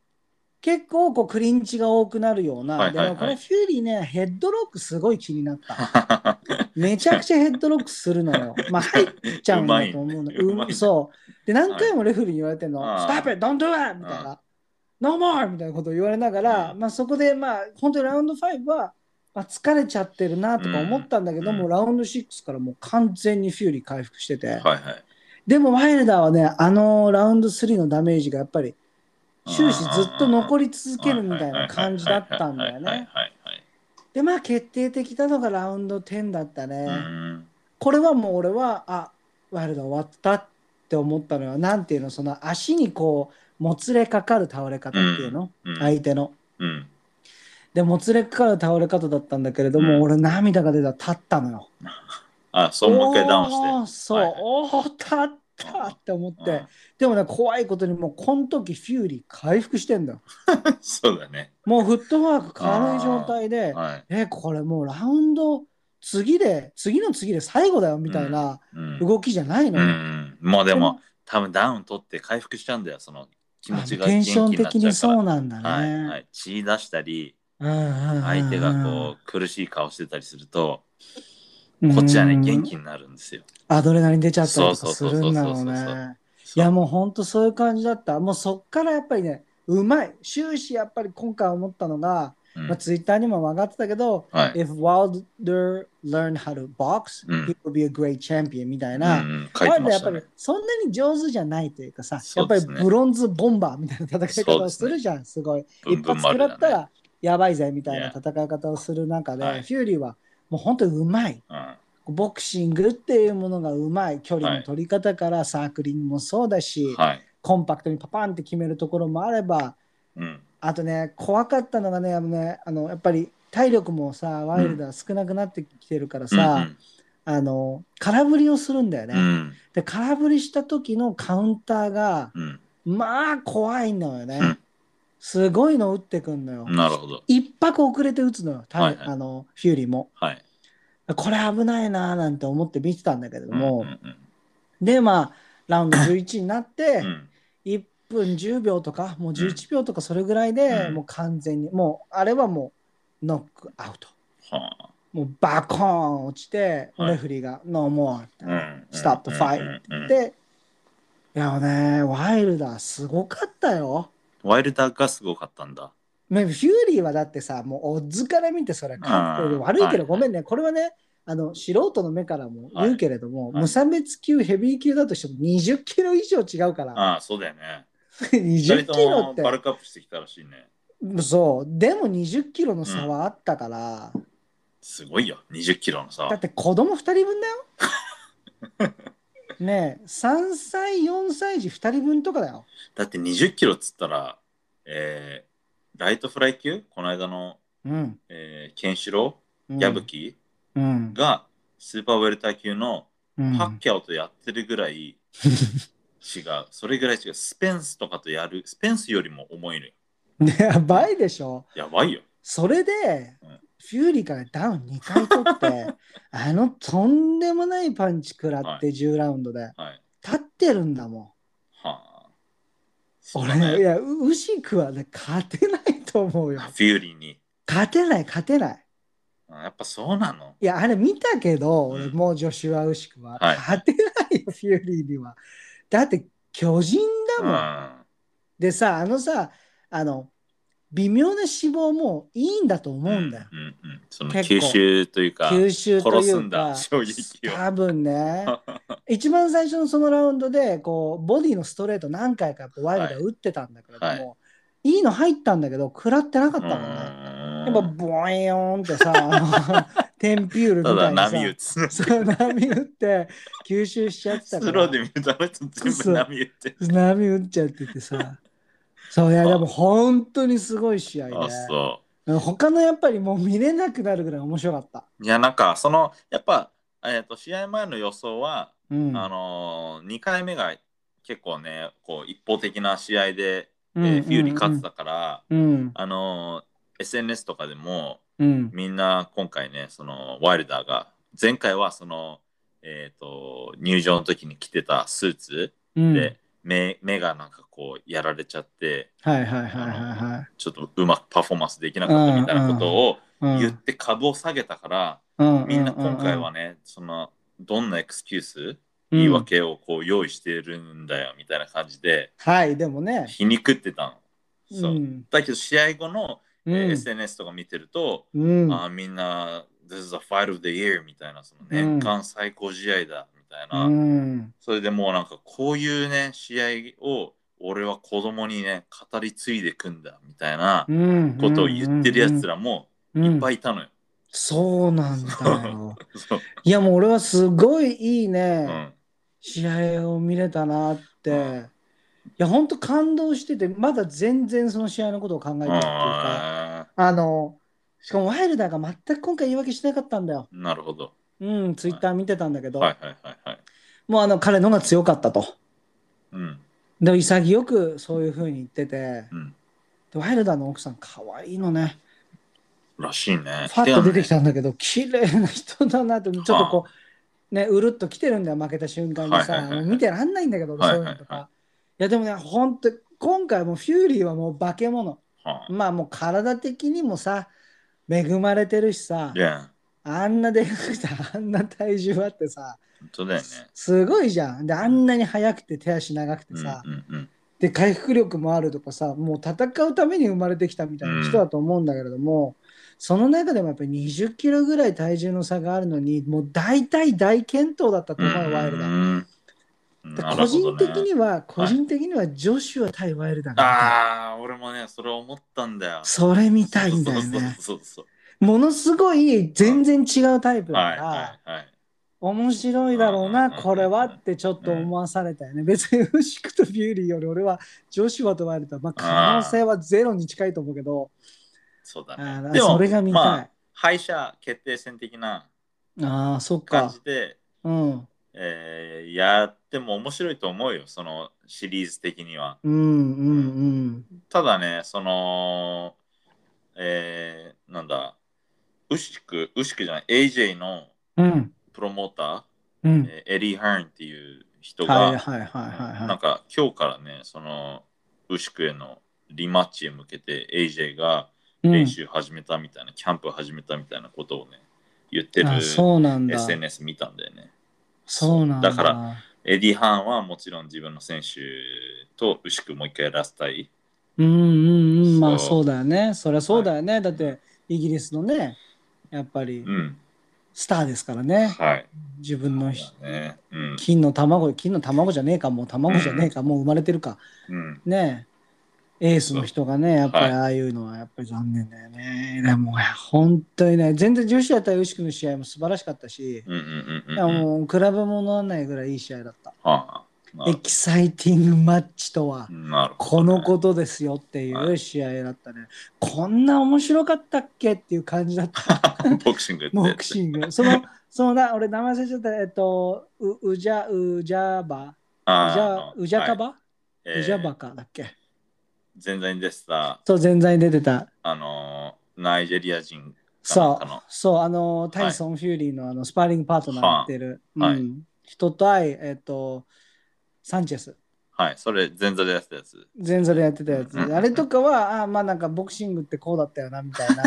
結構こうクリンチが多くなるような、
はいはいはい
でもこれフューリーねヘッドロックすごい気になった
は
めちゃくちゃヘッドロックするの よまあ入っちゃうんだと思うの
うまいねうまいね
そうで何回もレフェリーに言われてんの「
はい
Stop it! Don't do it!」みたいな「No more!」みたいなことを言われながら、
う
まあ、そこでまあ本当にラウンド5は、まあ、疲れちゃってるなとか思ったんだけど、
うん
もうラウンド6からもう完全にフューリー回復してて、
いはい。
でもワイルダーはねあのラウンド3のダメージがやっぱり終始ずっと残り続けるみたいな感じだったんだよ
はいはい
ね。
はいはい
でまあ決定的なのがラウンド10だったね。
はい。うーん
これはもう俺はあワイルド終わったって思ったのはなんていうのその足にこうもつれかかる倒れ方っていうの、
うん
相手の。
うん。
でもつれかかる倒れ方だったんだけれども、
うん
俺涙が出た立ったのよ。
あ、そう、もう一回ダウン
おー
し
そう、
はいはい
おー立ったって思って、
て。
でもね怖いことにもうこの時フューリー回復してんだよ。
うん そうだね。
もうフットワーク軽い状態で、
はい。
え、これもうラウンド次で、次の次で最後だよみたいな
うん。
動きじゃないの。
う
よ
んもうでも、多分ダウン取って回復しちゃうんだよ、その気持ちが元
現
気にな
象
っちゃうから。
的にそうなんだ
はいは
ね。
い。血出したり、
相
相手がこう苦しい顔してたりすると、
うん、
こっちはね、
うん
元気になるんですよ。
アドレナリン出ちゃったりとかす
そうそうそう
る
そ
ん
う
だ
そう
ろ
そうう
ね。い
そう
やもうほんとそういう感じだった。もうそっからやっぱりね、うまい。終始やっぱり今回思ったのが、
うん
まあ、ツイッターにも上がってたけど、
はい。
If Wilder learned how to box,
うん
he would be a great champion みたいな。
うんうん書いてま
や
し
ったぱ
ね
り。そんなに上手じゃないというかさ、や
そ
っ
う
ぱ
で
り
すね
ブロンズボンバーみたいな戦い方
そう
を
です
す
ね
るじゃん、すごい。
ブン
一
ブン
発食らった
丸だね
らやばいぜみたいない
や
戦い方をする中で、
はい
フューリーはもう本当にうまい。
うん
ボクシングっていうものがうまい。距離の取り方からサークリングもそうだし、
はい。
コンパクトにパパンって決めるところもあれば、
うん。
あとね、怖かったのがね、あのねあのやっぱり体力もさ、ワイルドは少なくなってきてるからさ、あの空振りをするんだよね。
うんうん
で空振りした時のカウンターが
うん
まあ怖いのよね、
うん
すごいの打ってくんのよ、
うんなるほど。
一拍遅れて打つのよ、た
はいはい
あのフューリーも
はい。
これ危ないなーなんて思って見てたんだけども
う、んうん
でまあラウンド11になって
うんうん
1分10秒とかもう11秒とかそれぐらいで、
うん
もう完全にもうあれはもうノックアウト
はあ
もうバコーン落ちて、
はい
レフェリーが「ノーモア」
うんうん。
Stop the fight
うんうん
で、いやね、ワイルダーすごかったよ。
ワイルダーがすごかったんだ。
ねフューリーはだってさ、もうオッズから見てそれ、かっこいい
うん
悪いけど
はい
ごめんね、これはね、あの素人の目からも言うけれども、
はい
無差別級ヘビー級だとしても20キロ以上違うから、
ああ、そうだよね。二
20
人
キ
と
ロ
も
って
バルクアップしてきたらしいね。
そうでも20キロの差はあったから、
すごいよ、20キロのさ
だっ。て子供2人分だよねえ3歳4歳児2人分とかだよ
だって20キロっつったら、えーライトフライ級この間の、
うん、
えーケンシロ
う
ウ、
ん、
矢吹
うん、
がスーパーウェルター級の
うん
パッキャオとやってるぐ らい違う。それぐらい違う。スペンスとかとやる。スペンスよりも重いのよ。
やばいでしょ
やばいよ。
それで、
うん
フューリーからダウン2回取ってあのとんでもないパンチ食らって10ラウンドで
はい。
立ってるんだもん
はあ。そうだ
俺、い
ね。
やウウシクはね勝てないと思うよ
フューリーに。
勝てない勝てない
あやっぱそうなの。
いやあれ見たけど、
うん
俺もうジョシュア・ウシクは、
はい
勝てないよフューリーにはだって巨人だ
う
もん、
ん。
でさあのさあの微妙な脂肪もいいんだと思うんだよ、
うんうんうんその
結
吸
構
収というか、
吸収とい
殺す
うん
だ
か
衝撃を
多分 ね一番最初のそのラウンドでこうボディのストレート何回かやっぱワイルドは打ってたんだけれども、
はいい、
いの入ったんだけど食らってなかったもんね、やっぱ
う
ボエヨーンってさ あのテンピュール
ーん
み
た
た
だ
いなさ
波打 つ。ス
そう波打って吸収しちゃってたから
ローで見るとあの人全部波打ってる。
波打っちゃっててさそういやでも本当にすごい試合で
あ、そ
他のやっぱりもう見れなくなるぐらい面白かった、
う。いや、なんか、その、やっぱ、えっと、試合前の予想は、
うん
あのー、2回目が結構ね、こう、一方的な試合で、え
うんうんう
ー
ん
フューリー勝ってたから、
うん
あのー、SNS とかでも、
うん
みんな今回ね、そのワイルダーが、前回はその、えっ、と、入場の時に着てたスーツ
うん
で、目目がなんかこうやられちゃって、
はいはいはいは
ちょっとうまくパフォーマンスできなかったみたいなことを
いはい
言って株を下げたから、
うん
みんな今回はね、その、どんなエクスキュース、言い訳をこう用意してるんだよみたいな感じで、
はいでもね
皮肉ってたの。そううんだけど試合後の、えー
うん
SNS とか見てると、
うん
あーみんな、This is a fight of the year みたいな、その
う
年
ん
間最高試合だみたいな、
うん
それでもうなんかこういうね、試合を俺は子供にね、語り継いでいくんだみたいな
うん
ことを言ってるやつらも
うん
い
うん
っぱいいたのよ。
そうなんだよ
そう
いやもう俺はすごいいいうね、
ん
試合を見れたなって、
うん
いや本当感動しててまだ全然その試合のことを考えてるっていうか
あ
あのしかもワイルダーが全く今回言い訳しなかったんだよ
ーなるほど。
うんツイッター見てたんだけど、
はいはいはいはい。
もうあの彼のが強かったと
うん
でも潔くそういうふうに言ってて
うん。
でワイルダーの奥さん可愛いのね
らしいね。
ファッと出てきたんだけど綺麗な人だなってちょっとこ
は
うねうるっと来てるんだよ負けた瞬間にさ、
はいはいはいはい
もう見てらんないんだけど俺
はい
そう
はいいうは
の
い
とか、いやでもね本当今回もうフューリーはもう化け物
は
まあもう体的にもさ恵まれてるしさ
あ。いや、
あんなでかくてあんな体重あってさ
本当だよね。
すごいじゃんであんなに速くて手足長くて
うんう
さ、
んうん。
で回復力もあるとかさもう戦うために生まれてきたみたいな人だと思うんだけれども、その中でもやっぱり2 0キロぐらい体重の差があるのにもう大体大健闘だったと思うよワイルダー。で
ー
個人的には、個
はい
人的にはジョシュア対ワイルダーが
ああ、俺もね、それ思ったんだよ。
それ見たいんだよね。
そうそうそう
ものすごい全然違うタイプ
そう。
だ
は
か
い
ら、
はいはい。
面白いだろう
う
なんこれはってちょっと思わされたよね。別にウシクとビューリーより俺はジョシュアとワイルダー、まあ、可能性はゼロに近いと思うけど。
そうだ
あー
ね。
それが見たい。
まあ、敗者決定戦的な
ああ、そっ
感
か
じ。で、
うん。
えーやっても面白いと思うよ、そのシリーズ的には。
うんうん
ただね、その、えーなんだ、ウシク、ウシクじゃない、AJ の
うん。うん。
プロモータ
う
ー、
ん。
えーエリー・ハーンっていう人が、
はいはいはいはい
な
は
んか今日からね、そのウシクへのリマッチへ向けて AJ が
い。
練習始めたみたいな、キャンプ始めたみたいなことをね、言って
うん
る
あそうなんだ。
SNS 見たんだよね。
そうなんだ。
だからエディ・ハーンはもちろん自分の選手とウシクもう一回やらせたい。
うんうんうん。まあ
そう
そうだよね。そりゃそうだよね。だってイギリスのね、やっぱり
うん。
スターですからね。
はい。
自分のひ
ね、うん。
金の卵、金の卵じゃねえか、もう卵じゃねえか、もう生まれてるか。
うん。
ねえ、エースの人がね、やっぱりああいうのはやっぱり残念だよね。でも、本当にね、全然女子だったら、牛久の試合も素晴らしかったし、
うんうんうん
い
うん
や
うん。
もう比べ物にならないぐらいいい試合だった。
はあ。な
エ
る
キサイティングマッチとは、
なる
こ
ほどね
のことですよっていう試合だったね。こんな面白かったっけっていう感じだった。
ボクシングって。
ボクシング。その、そのな、俺、名前忘れちゃった、えっと、う、うじゃ、うじゃば、うじゃ
あ、ー
うじゃかば、
はいう
じゃば
えー
かだっけ。
全然でした。
そう、前座に出てた。
あのー、ナイジェリア人
そ
あの
う、そう、あの、タイソン・フューリーのあのスパーリングパートナーやってる、
は
う
い
ん、人と会い、えっと、サンチェス、
はい、それ前座でやってたやつ。
前座でやってたやつ。
うんうん
あれとかは、あまあなんかボクシングってこうだったよな、みたい な。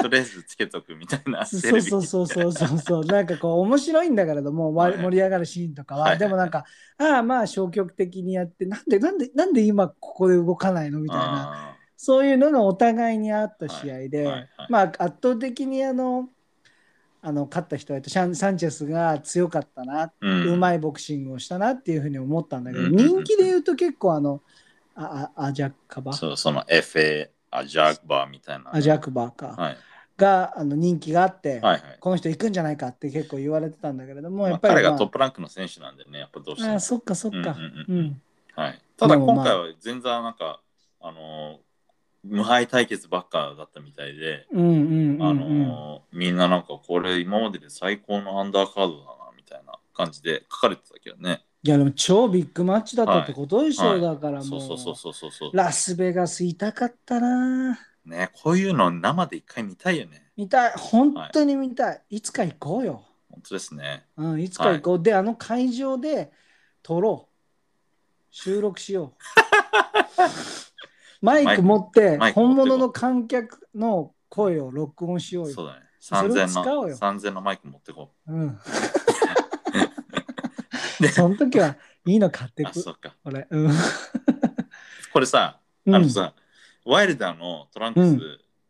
とりあえずつけとくみたいな。テレ
そ
ビ
うそうそうそうそうそう。なんかこう、面白いんだけれども、わ
はい
盛り上がるシーンとかは。
はい
でもなんか、ああ、まあ消極的にやって、なんで、なんで、なんで今ここで動かないのみたいな。
あ
そういうのがお互いにあった試合で、
はいはいはい
まあ圧倒的にあのあの勝った人はえっとシャンサンチェスが強かったな、
ー。う。
うんまいボクシングをしたなっていうふうに思ったんだけど、
うん
人気で言うと結構あのああアジャッカバ
そう、その FA、アジャークバーみたいな。
アジャックバーか、
はい。
があの人気があって、
はいはい。
この人行くんじゃないかって結構言われてたんだけれども、
ま
や
あ
っぱり、
彼
まあ、
がトップランクの選手なんでね、やっぱどうして
あ
も
あ。そっかそっか、
う
うんん
うんはい、ただ
でも
今
まあ
回は前座はなんか、あのー無敗対決ばっかだったみたいで、
うんうんうんうん
あのーみんななんかこれ今までで最高のアンダーカードだなみたいな感じで書かれてたけどね。
いやでも超ビッグマッチだったってことでしょ、
はい
だから
そ
も
うそうそうそうそうそう。
ラスベガス痛かったな
ねこういうの生で一回見たいよね。
見たい本当に見たい、い、つか行こうよ、
本当ですね。
うん、いつか行こう、であの会場で撮ろう収録しよ うマイク持って
マイク
本物の観客の声を録音しよう
そ
よ、
うだね。
それを
3000
使おう
の
よ
三千のマイク持ってこ
うん、
で
その時はいいの買っ
う。
て
あ、
く
そっか。
俺うん
これさ、
う
あの
ん
さ、ワイルダーのトランクス、
うん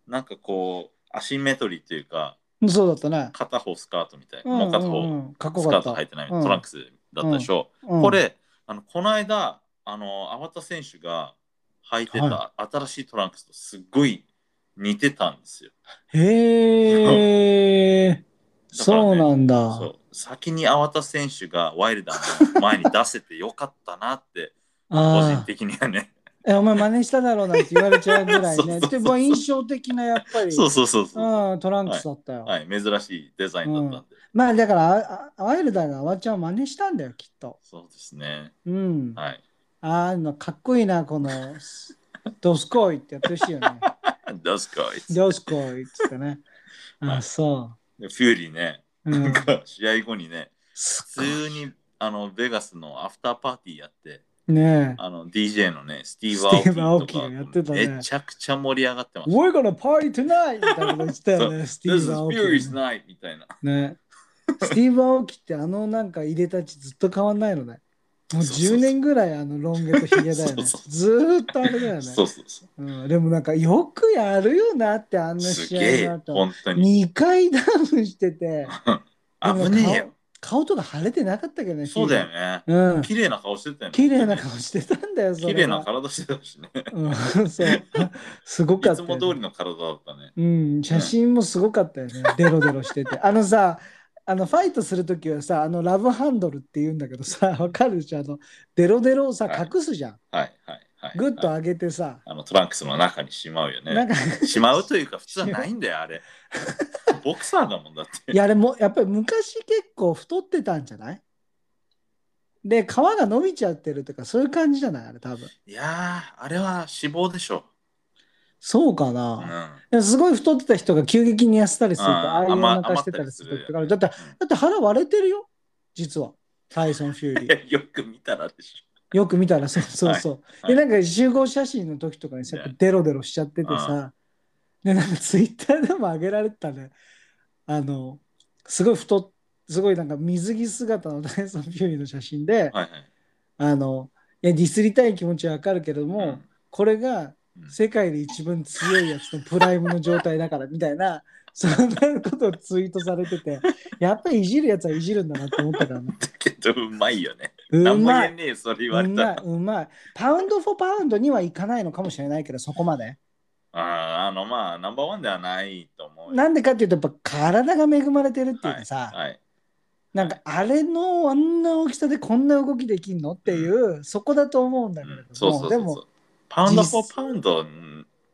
なんかこう、アシンメトリーというか、
そうだったね
片方スカートみたいな、もう片
うんう
方
んうんかっこ
ス
よ
カ
か
ー
っ
ト
た
履いてない、
うん
トランクスだったでしょ。
うん
これ、あのこの間、あの、アバタ選手が履いて
は
た新しいトランクスとすっごい似てたんですよ。
へえ
だからね
そうなんだ
そう先にアワタ選手がワイルダーの前に出せてよかったなって、個
あ
人
あ
的に はね。
えお前真似しただろうなんて言われちゃうぐら
そ
いう
そう
ね。
そう
でも印象的なやっぱり
そうそうそうそう。
うんトランクスだったよ。
はい、珍しいデザインだったんで。
まあだからああワイルダーがアワちゃんを真似したんだよきっと。
そうですね。
うん。あ
はい。
あのかっこいいなこのドスコイってやってほしいよ ね。
ダスカイ。
ドスコイっつってね。
は
あ
い
そ
でフューリーね、
う。う
なん
ん。
か試合後にね、
す
普通にあのベガスのアフターパーティーやって、
ねえ。
あの DJ のね、スティーブ・
スティーブ
アオキ
アオキがやっ
ー
て
とか、
たね
めちゃくちゃ盛り上がってました。
We're gonna party tonight! みたいなこと言ってたよ ね。スティー
This is
ブ・アオキ
Furious Night みたいな。
ね。スティーブ・アオキってあのなんか入れたちずっと変わんないのね。もう
そうそうそう
10年ぐらいあのロン毛とヒゲだよ
そう
ね。
そう
ずーっとあれだよね。
そうそうそう。
うん、でもなんかよくやるよなってあんな
す
試
げ
合
え
の、後。
本当に。
2回ダウンしてて。
危ねえよ。
顔とか腫れてなかったけどね。
そうだよね。
ヒゲ。うん。
綺麗な顔してたよね。
綺麗な顔してたんだよ、それ
綺
が。
麗な体してたしね。
うん、そう。すごか
い
っ
つ
たよ
も
ね、
通りの体だったね。
うん、写真もすごかったよ ね。デロデロしてて。あのさ、あのファイトするときはさ、あのラブハンドルって言うんだけどさ、 わかるでしょあの、デロデロをさ、
はい
隠すじゃん。
はいはいはい。
グッと
はい
上げてさ、
あのトランクスの中にしまうよ
な
ね
ん。か、
しまうというか、普通はないんだよ、あれ。ボクサーだもんだって
い。や、あれも、やっぱり昔結構太ってたんじゃないで、皮が伸びちゃってるとか、そういう感じじゃないあれ多分。
いやー、あれは脂肪でしょ。
そうか
う
な、
ん。
でもすごい太ってた人が急激に痩せたりすると、
うん
ああいうお
余
腹してたりするってから、
余
だ
た
って、
りするよね
だって腹割れてるよ、実は。タイソン・フューリー。
うん いやよく見たらでし
よく見たらそうそうそう。
はい
でなんか集合写真の時とかにさやっぱ
ね
デロデロしちゃっててさ、でなんかツイッターでも上げられてたねあのすごい太っすごいなんか水着姿のダイソン・ビューリーの写真で、
ょ。はいはい。
あのいやディスりたい気持ちはわかるけれども、
うん
これが
うん
世界で一番強いやつのプライムの状態だからみたいなそんなことをツイートされてて、やっぱりいじるやつはいじるんだなって思ったからね。
だけどうまいよね。
う
何も言
ま
え
い。
ねえよそれ言わ
う
れた
まい
ら。、
うまい。パウンド・フォー・パウンドにはいかないのかもしれないけど、そこまで。
あーあのまあナンバーワンではないと思うよ。
なんでかっていうと、やっぱ体が恵まれてるっていう
は
か
い、
さ、
はい、
なんかあれのあんな大きさでこんな動きできんのっていう、そこだと思うんだ
う
けれど
ん
も、
そうそう
で
そう
も
そう。パウンド・フォ
実
ー・パウンドっ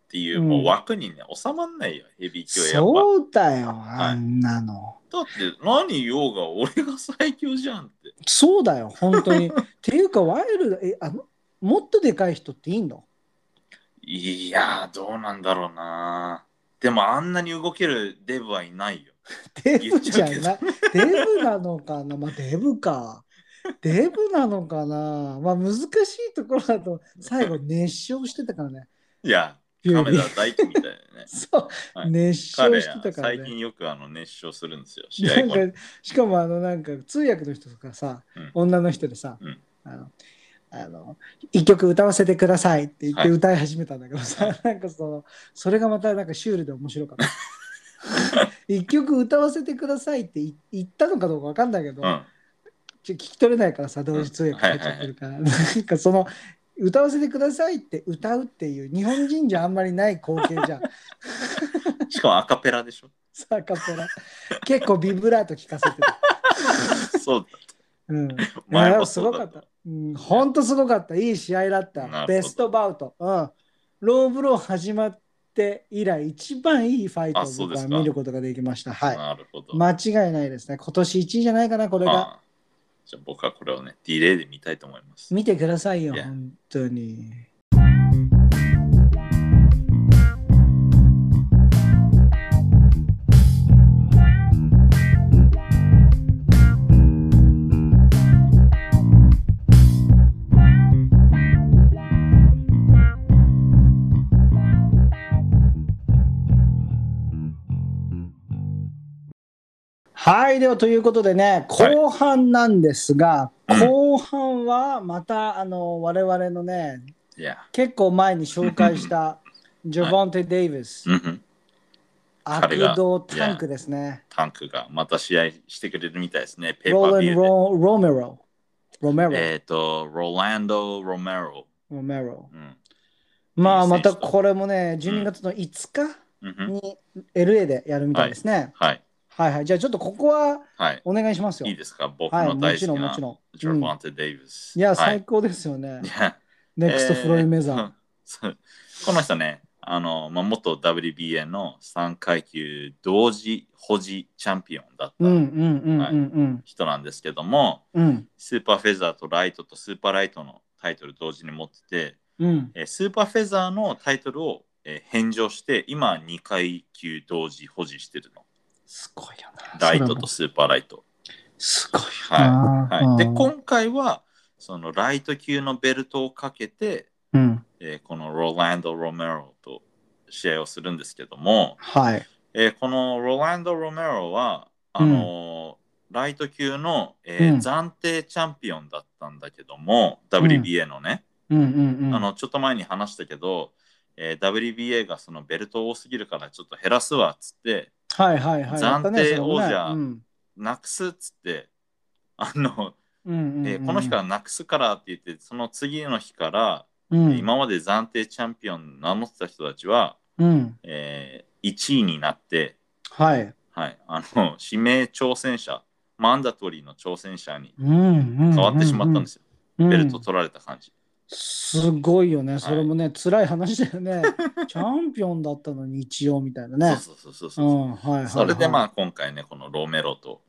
ていう
うん
もう枠にね、収まんないよ、ヘビー級はやっぱ。
そうだよ、あんなの。
だって何言おうが俺が最強じゃんって。
そうだよ、本当に。っていうか、ワイルド、え、あの、もっとでかい人っていいの
いやー、どうなんだろうな。でもあんなに動けるデブはいないよ。
デブじゃ
言っち
ない。デブなのかな まあ、デブか。デブなのかなまあ、難しいところだと、最後、熱唱してたからね。
いや、
ピュ
カ
ー
メ
リ
ラ
ー。。
大輝みたいなね
そう、
はい
熱唱
彼
してたから
最
ね。
近よくあの熱唱するんですよ、試合後
な
に。
んかしかもあのなんか通訳の人とかさ、
うん
女の人でさ、
うん
あのあの一曲歌わせてくださいって言って
はい
歌い始めたんだけどさ、なんかそのそれがまたなんかシュールで面白かっ た一曲歌わせてくださいってい言ったのかどうかわかんないけど、
うん。
ちょ聞き取れないからさ同時通訳入っちゃってるから、なんかその歌わせてくださいって歌うっていう日本人じゃあんまりない光景 じゃん
しかもアカペラで しょ。
さあカペラ結構ビブラート聞かせてた、
そう
うん、
だ。
いや
前
で
も
もす
そ
ご
う
か
だ
っ
った
た。。うん、ほんとすごかった。いい試合だっ
なるほ
た。
ど
ベストバウト。うん。ローブロー始まって以来、一番いいファイト
あ
を
そう
僕
です
は
か
見ることができました。はい。
なるほど。
間違いないですね。今年1位じゃないかな、これが。
ああじゃあ僕はこれをね、ディレイで見たいと思います。
見てくださいよ、
いや
本当に。はい、ではということでね、
はい
後半なんですが、
うん
後半はまたあの我々のね、
いや。
結構前に紹介したジョボンテ・デイビス、
うんうん。彼が
悪道タンクですね、
タンクがまた試合してくれるみたいですね。ペー
ロ
パー
ー
ビ
ラン・
ュー
ロロメロ、ロメロ、
で。えっ、と、ロランド・ロメロ。
ロメロ。
うん。
まあ、
いい選
ま
手だ
たこれもね、12月の5
うんう
日
ん、
に LA でやるみたいですね。
はい。
はいはい、じゃあちょっとここは
はい。
お願いしますよ。
いいですか僕
はい、
の
も
大
ち
好
ろん
き
もち
な
ろ
ジ
ん。う
ョ
ん
バンテ・デイビス。
いや、
は
最高ですよね
い。。や
ネクストフロイメザ
え
ー
ー。そうこの人ね、あの、まあ、元 WBA の3階級同時保持チャンピオンだっ
うんうん
た
うんうん
人なんですけども、
うんうん
スーパーフェザーとライトとスーパーライトのタイトル同時に持ってて、
うん
えースーパーフェザーのタイトルを、えー返上して、今2階級同時保持してるの。
すごいよな。
ライトとスーパーライト。
すごいよな。
はいはい、で
うん
今回はそのライト級のベルトをかけて、
うん
えーこのロランド・ロメロと試合をするんですけども、
はい。
えーこのロランド・ロメロはあのーライト級の、えー
うん
暫定チャンピオンだったんだけども、
ん
WBA のね、
うんうんうん。
あのちょっと前に話したけど、えー WBA がそのベルト多すぎるからちょっと減らすわっつって
はいはいはい。
暫定
やったねそれもね
王者
うん
なくすっつってあの、
うんうんうん
えーこの日からなくすからって言ってその次の日から
うん
今まで暫定チャンピオン名乗ってた人たちは、
うん
え1位になって、
はい。
はい、あの指名挑戦者マンダトリーの挑戦者に
変。
変わってしまったんですすよ、
うん
ベルト取られた感じ、
すごいよね。それもね、辛い話だよね。 チャンピオンだったのに一応みたいなね。
そうそうそう
う
そう、
んはいはいはい。
それでまあ今回ねこのロメロと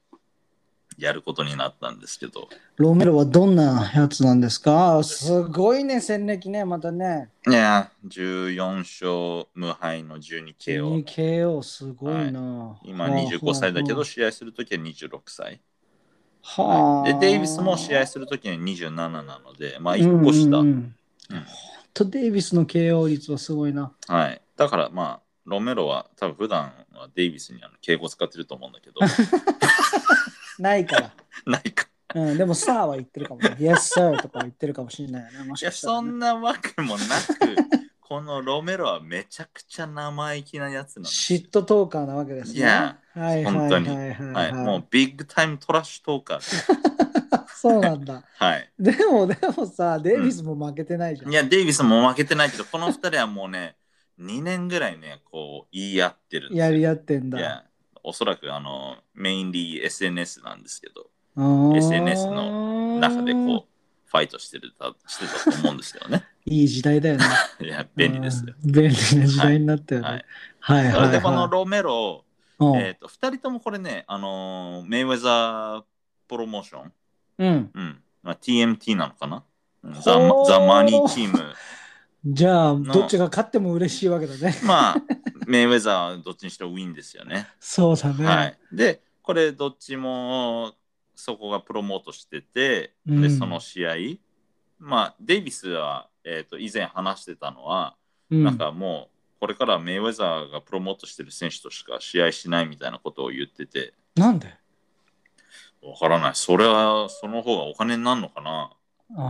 やることになったんですけど
ロメロはどんなやつなんですかすごいね、戦歴ね、またね。
いやー14勝無敗の 12KO
2KO すごいな。
今25歳だけど試合するときは26歳、
は
は
あ、
い、でデイビスも試合するときは27なのでまあ1個下、
うんうんうんほんとデイビスの KO 率はすごいな。
はい。だからまあ、ロメロは多分普段はデイビスにあの敬語使ってると思うんだけ ど、
ない から。
ないか。
うん、でも、サーは言ってるかもね。Yes, sir とか言ってるかもしれないよね。も
い
し
や、
かしたら
そ
ね、
んなわけもなく、このロメロはめちゃくちゃ生意気なやつなんですよ
嫉妬トーカーなわけですね。
いや
はいはいはいはいは。
はいい、もうビッグタイムトラッシュトーカーです。
そうなん だ。
はい。
でもでもさ、デイビスも負けてないじゃん。
いや、デイビスも負けてないけど、この二人はもうね、2年ぐらいね、こう、言い合ってるんですよ
やり合ってん
い
だ。
や、おそらくあの、メインリー SNS なんですけど、
あー
SNS の中でこう、ファイトしてるたしてたと思うんですけどね。
いい時代だよね。
いや、 便利ですよ。
うん。便利な時代になったよ
はい
ね。。はいはい
そ
はい。
れでこのロメロを、
うん
えっ、と、二人ともこれね、あのーメイウェザープロモーション、
うん。
うん、まあ、TMT なのかなうんザ・
ほー
ザ・マニーチーム。
じゃあ、
な
どっちが勝っても嬉しいわけだね。
まあ、メイウェザーはどっちにしてもウィンですよね。
そうだ
は
ね。
い。で、これどっちもそこがプロモートしてて、
う
で、
ん
その試合、まあ、デイビスは、えー、と以前話してたのは、
うん
なんかもう、これからメイウェザーがプロモートしてる選手としか試合しないみたいなことを言ってて、
なんで
わからない。それは、その方がお金になるのかなそ
あ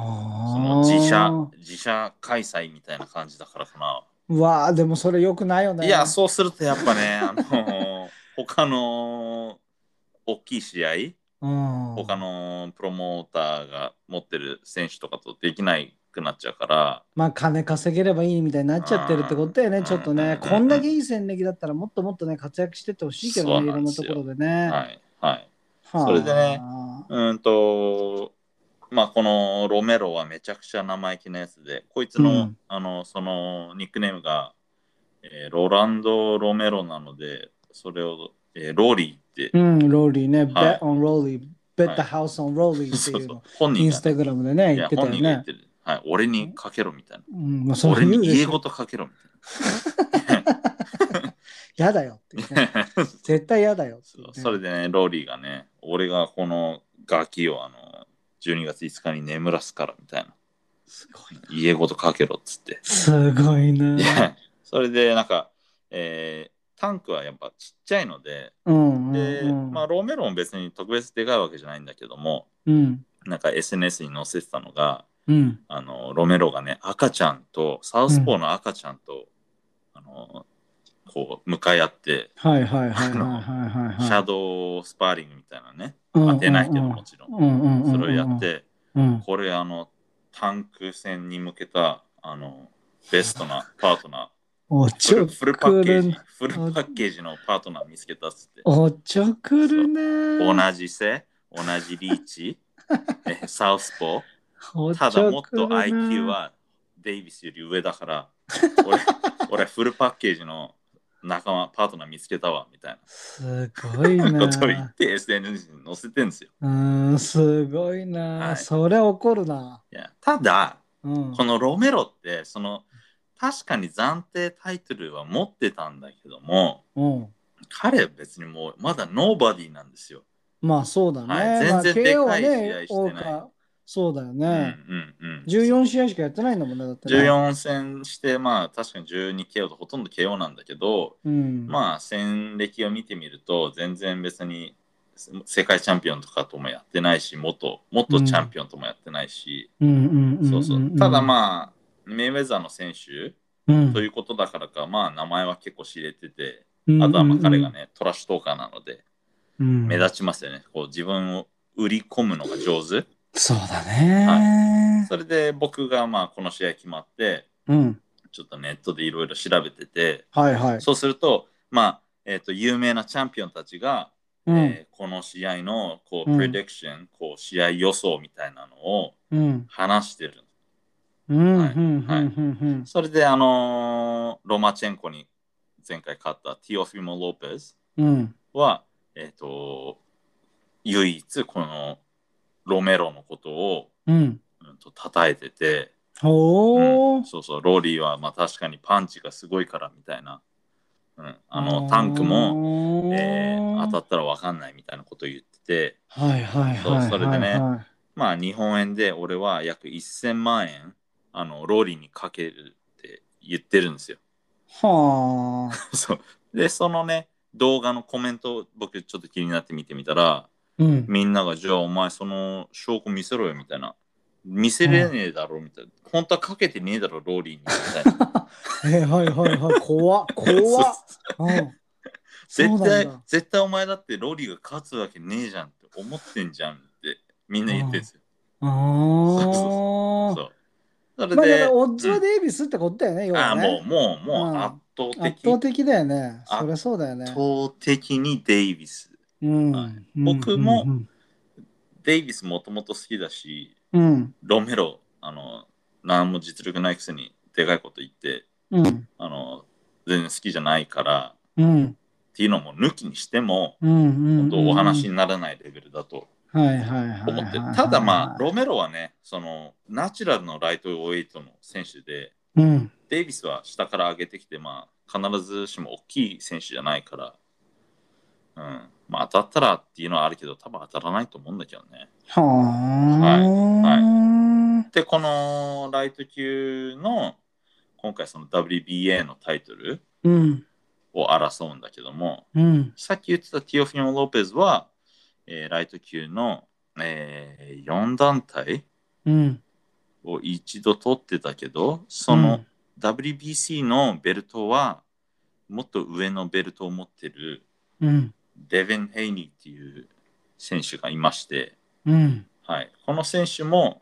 の
ー
自社、自社開催みたいな感じだからかな。
うわあ、でもそれ良くないよね。
いや、そうするとやっぱ ね、あの他の大きい試合、
うん。
他のプロモーターが持ってる選手とかとできないくなっちゃうから、
まあ金稼げればいいみたいになっちゃってるってことだよ
う
ね、
ん
ちょっと
うんうん
ね。
うん
こんだけいい戦歴だったらもっともっとね、活躍してってほしいけどね、い
そうな
ろん
んで
な
す
と
よ
ころでね。
はい、はい。
はあ
それでね。うんと、まあこのロメロはめちゃくちゃ生意気なやつで、こいつの、
うん
あの、そのニックネームが、えーロランド・ロメロなので、それを、えーローリーって、
うん、ローリーね、
はい
bet on ローリー、bet
はい
the house on ローリーって
そ
い
うそうう
の、イ
本人
ン
が
ス、タグラムでね、
い
言
や
ってた
本
よ
人が言っ
ね。
てる。はい、俺にかけろみたいな。
うん、まあそれ
俺
言う
に
で
家
し
ご
ょ。
とかけろみ
やだよっていう
たい
ね。
な。
絶対やだよってい
そうう
ね
それでね、ローリーがね、俺がこのガキをあの12月5日に眠らすからみたいな、
すごいな。
家ごとかけろっつって。
すごい
い
な。
やそれでなんか、えータンクはやっぱちっちゃいので、
うんうん
で、
うん。
まあ、ローメロン別に特別でかいわけじゃないんだけども、
うん
なんか SNS に載せてたのが、
うん。
あのロメロがね、赤ちゃんと、サウスポーの赤ちゃんと、あのこう向かい合って、
はいはいはいはいはいは
シ
いは
ャ
い。
ドースパーリングみたいなね、
当
当てないけどもちろん。
うんうんうん。
それをやって、
うん。
これあの、タンク戦に向けた、あの、ベストなパートナ
お
ー、フ
ちょ
ルフルパッケージ、フル
る
パッケージのパートナー見つけたっつって、
おちょくるね。
同じ背、同じリー チ、えサウスポ
お
ー、
ちょ
た
くる
だ
な
もっと IQ。はデイビスより上だから、 俺、俺フルパッケージの仲間、パートナー見つけたわ、みたい
すごい
なことを言
な
っ。て SNS に載せてんですよ。
うーん、すごい
は
な。
い
それ怒るな。
いやただ、
うん。
このロメロってその確かに暫定タイトルは持ってたんだけども
うん。
彼は別にもうまだノーバディなんですよ。
まあそうだね。
はい全然で
まあ
かい
KO
試合してな
ね、多
い
かそうだよ
うんう
ね。
んうん、
14試合しかやってないんだもんね、だってね。
14戦してまあ確かに 12KO とほとんど KO なんだけど、
うん。
まあ戦歴を見てみると全然別に世界チャンピオンとかともやってないし元元チャンピオンともやってないし、
うんうんうん。
そうそうただ
あ、
まあメイウェザーの選手
うん
ということだからかまあ名前は結構知れてて。
うん
あとはまあ彼がね、トラッシュトーカーなので、
うん
目立ちますよね。こう自分を売り込むのが上手。
そうだね。
それで僕がまあこの試合決まって、
うん。
ちょっとネットでいろいろ調べてて、
はいはい。
そうすると、まあ、えっ、と、有名なチャンピオンたちが、
うん。
えーこの試合の、こ
う
う、
ん
プレディクション、こう、試合予想みたいなのを
うん。
話してる。
うん。
はい
うん。
はい
うん。うん。
それで、あのーロマチェンコに前回勝ったティオフィモ・ロペス
うん。
は、えっ、と、唯一このロメロのことを、
うん。
うん、と叩いてて、
お
う
ー
ん。そうそう、ローリーはまあ確かにパンチがすごいからみたいな、うん、あの
ー
タンクも、えー当たったらわかんないみたいなことを言ってて、
はいはいはいはい。
そうそれでね
は
まあ日本円で俺は約1000万円、あのローリーにかけるって言ってるんですよ。
あ。
そうで、そのね、動画のコメントを僕ちょっと気になって見てみたら、
うん。
みんながじゃあお前その証拠見せろよみたいな。見せれねえだろみたいな、本当はかけてねえだろローリーにみたいな
えはいはいはい怖っ怖っ、うん、 そう
絶
なん
対
だ
絶対お前だってローリーが勝つわけねえじゃんって思ってんじゃんってみんな言ってるんですよ、
あ
そうそう
ー
そうそれ
まあだか
で、
らオッズはデイビスってことだよね、要
あ
は
あも
ね
う。もうもう圧倒
圧
的
倒
圧
的だよね。そりゃそうだよね。
倒的にデイビス
うんう
はい
ん
僕も
うん
デイビスもともと好きだし
うん
ロメロあの何も実力ないくせにでかいこと言って
うん
あの全然好きじゃないから
うん
っていうのも抜きにしても
うんうん
本当お話にならないレベルだと
はいはいはい
思って
はいはい
ただまあロメロはねそのナチュラルのライトウェイトの選手で
うん
デイビスは下から上げてきてまあ必ずしも大きい選手じゃないから、うんまあ、当たったらっていうのはあるけど多分当たらないと思うんだけどね
はあ
はい
は
でこのライト級の今回その WBA のタイトル
いうん
を争うんだけども
うん
さっき言ってたティオフィオ・ロペズは、えーライト級の、え4団体
うん
を一度取ってたけどその WBC のベルトはもっと上のベルトを持ってる
うん
デヴィン・ヘイニーっていう選手がいまして、
うん
はい、この選手も、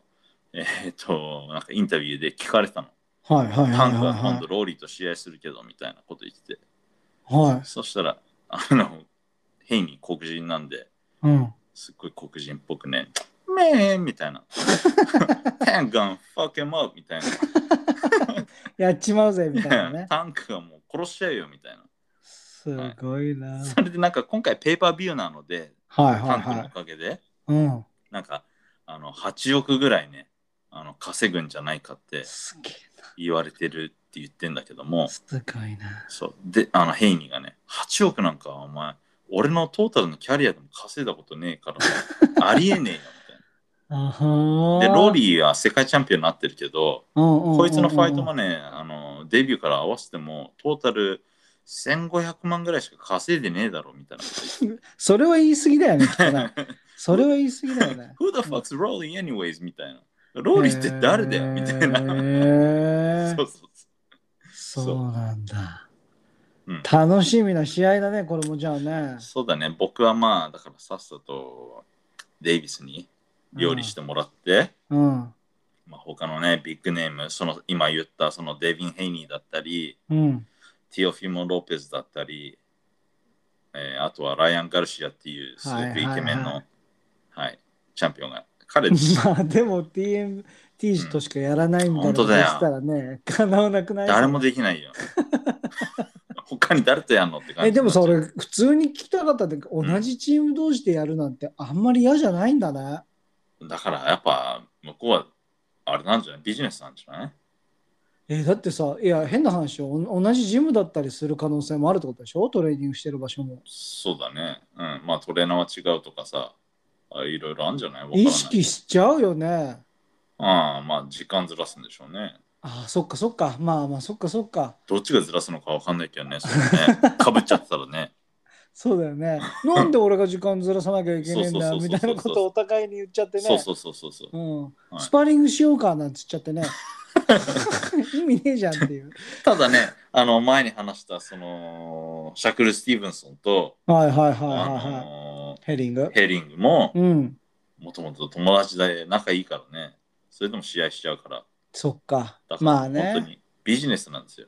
えーっとなんかインタビューで聞かれたの。
はいはいはい
タ
はい
ンクは今度
は
ローリーと試合するけどみたいなこと言って
い
て、
は
そしたらあのヘイニー黒人なんで
いうん
すっごい黒人っぽくね、メーンみた いな。タンクが fuck him up みたいな。
やっちまうぜみたいなね
タンクがもう殺しちゃうよみたいな。
すごいな
それでなんか今回ペーパービューなので、
はい
タ
はい
ンクのお
は
かげで、
いうん
なんかあの8億ぐらいね、あの稼ぐんじゃないかって
すげえ
言われてるって言ってんだけども
な、すごいな
そうで、あのヘイニーがね、8億なんかお前、俺のトータルのキャリアでも稼いだことねえから、ありえねえよ
あ
み
は
たいな。で、ローリーは世界チャンピオンになってるけど、こ
こ
いつのファイト
も
もね、あのデビューから合わせてもトータル1500万ぐらいしか稼いでねえだろみたいなこと言って。
それは言い過ぎだよね、きっと
。
な。それは言い過ぎだよね
Who the fuck's Rolly anyways? みたいな。ローリーって誰だよみたいな。
へー
そうそうそ
そうなんだ
うん。
楽しみな試合だね、これもじゃあね
う。。そうだね。僕はまあ、だからさっさとデイビスに料理してもらって、
うん。
まあ、他のね、ビッグネーム、その今言ったそのデビン・ヘイニーだったり、
うん。
ティオフィモ・ロペズだったり、えーあとはライアン・ガルシアっていうすごくイケメ
はいは
ンの、
いは
はい
い
チャンピオンが彼です。
まあでも TMT 氏としかやらないみたいなこと
うん本当だよ
したらね、かなわなくない
誰もできないよ。 他に誰とやんのって感じ。
え、でもさ、俺、普通に聞きたかったって、同じチーム同士でやるなんてあんまり嫌じゃないんだね。
だからやっぱ向こうはあれなんじゃないビジネスなんじゃない
えだってさ、いや、変な話よ。お同じジムだったりする可能性もあるってことでしょトレーニングしてる場所も。
そうだね。うん。まあトレーナーは違うとかさ、あいろいろあるんじゃないわからない
意識しちゃうよね。
ああ、まあ時間ずらすんでしょうね。
ああ、そっかそっか。まあまあ、そっかそっか。
どっちがずらすのかわかんないけどね。それね かぶっちゃってたらね。
そうだよね。 なんで俺が時間ずらさなきゃいけねえんだ
そうそうそうそう
みたいなことをお互いに言っちゃってね。
そうそうそうそうそう。
うん
はい
スパーリングしようかなんつっちゃ ってね。意味ねえじゃんっていう。
ただね、あの前に話したそのシャクル・スティーブンソンと、
はいはいはいはい、
あ
はい。
の
ヘリング。
ヘリングも
うん。
もともと友達で仲いいからね。それでも試合しちゃうから。
そっか。
だか
ま
ら
あ
本当
ね。
にビジネスなんですよ。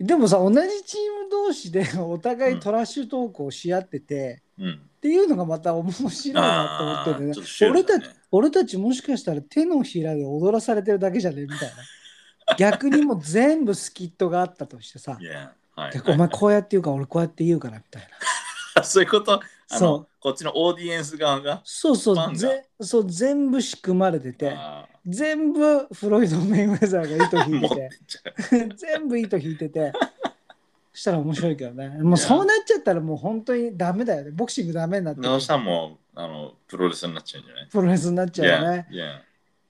でもさ、同じチーム同士でお互いトラッシュトークをし合ってて、
うん。
っていうのがまた面白いなと思っててね
あーちょっとシュールだね
俺たちもしかしたら手のひらで踊らされてるだけじゃねみたいな。逆にもう全部スキットがあったとしてさ
い、や、はい。
でお前こうやって言うから俺こうやって言うからみたいな。
そういうことあ
そ
の
う
こっちのオーディエンス側が。
そうそ
なん
う、
だ
ぜそう全部仕組まれてて、
あ
全部フロイド・メイウェザーが糸
ー
引い
持って てってちゃう。
て、 全部糸引いてて、そしたら面白いけどね。もうそうなっちゃったらもう本当にダメだよね。ボクシングダメになってくる
どうしたらもうあのプロレスになっちゃうんじゃない
プロレスになっちゃうよね。
いや、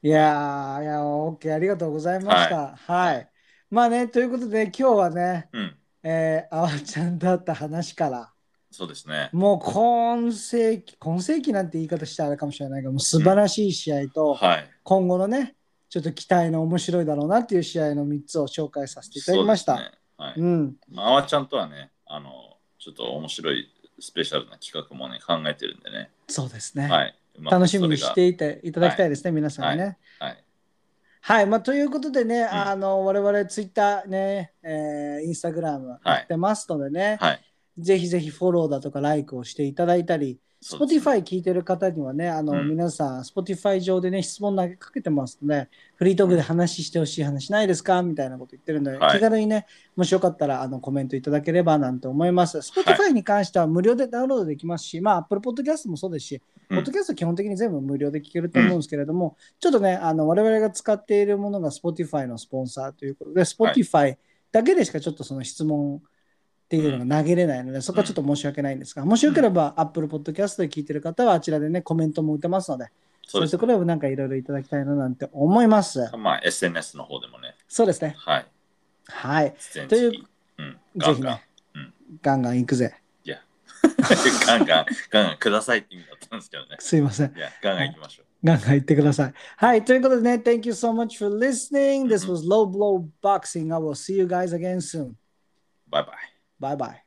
いやー、いやー、OK、ありがとうございました。はい。まあね、ということで、今日はね、
いやうん、
えー、あわちゃんだった話から、
そうですね。
もう今世紀、今世紀なんて言い方したらあれかもしれないけど、もう素晴らしい試合と、
はい。
今後のね、ちょっと期待の面白いだろうなっていう試合の3つを紹介させていただきました。う
そうですねはい。
ん。
まあ、あわちゃんとはね、あの、ちょっと面白いスペシャルな企画もね、考えてるんでね。
そうですね。
はい。うまく
楽しみに
それ
し
が
ていていただきたいですね、皆さんね。
はい。
はい、まあ、ということでね、あの我々ツイッターね、えー、インスタグラムやってますのでね、
はい。
ぜひぜひフォローだとか、ライクをしていただいたり、
そうですね
Spotify 聞いてる方にはね、あの、
うん
皆さん、Spotify 上でね、質問投げかけてますので、フリートークで話してほしい話ないですかみたいなこと言ってるので、
はい
気軽にね、もしよかったらあのコメントいただければなんて思います。Spotify に関しては無料でダウンロードできますし、まあ、Apple Podcast もそうですし、
うん
ポッドキャスト基本的に全部無料で聞けると思うんですけれども、ちょっとね、あの我々が使っているものが Spotify のスポンサーということで、Spotify だけでしかちょっとその質問っていうのが投げれないので、そこはちょっと申し訳ないんですが、もしよければ Apple Podcast で聞いてる方はあちらでね、コメントも打てますので、
そ
そううい
で
う
す
ところをなんかいろいろいただきたいななんて思います。
まあ、SNS の方でもね、
そうですね。
はい。
はい。
全
という
然うん、ガ
ぜ
ン
ひ
ガン
ね、ガンガン行くぜ。
ガンガン、ガンガンくださいって意味だったんですけどね。
すいません。
いや、ガンガン行きましょう。
ガンガン言ってください。はい。ということでね、Thank you so much for listening. This was Low Blow Boxing. I will see you guys again soon.
バイバイ。
Bye bye.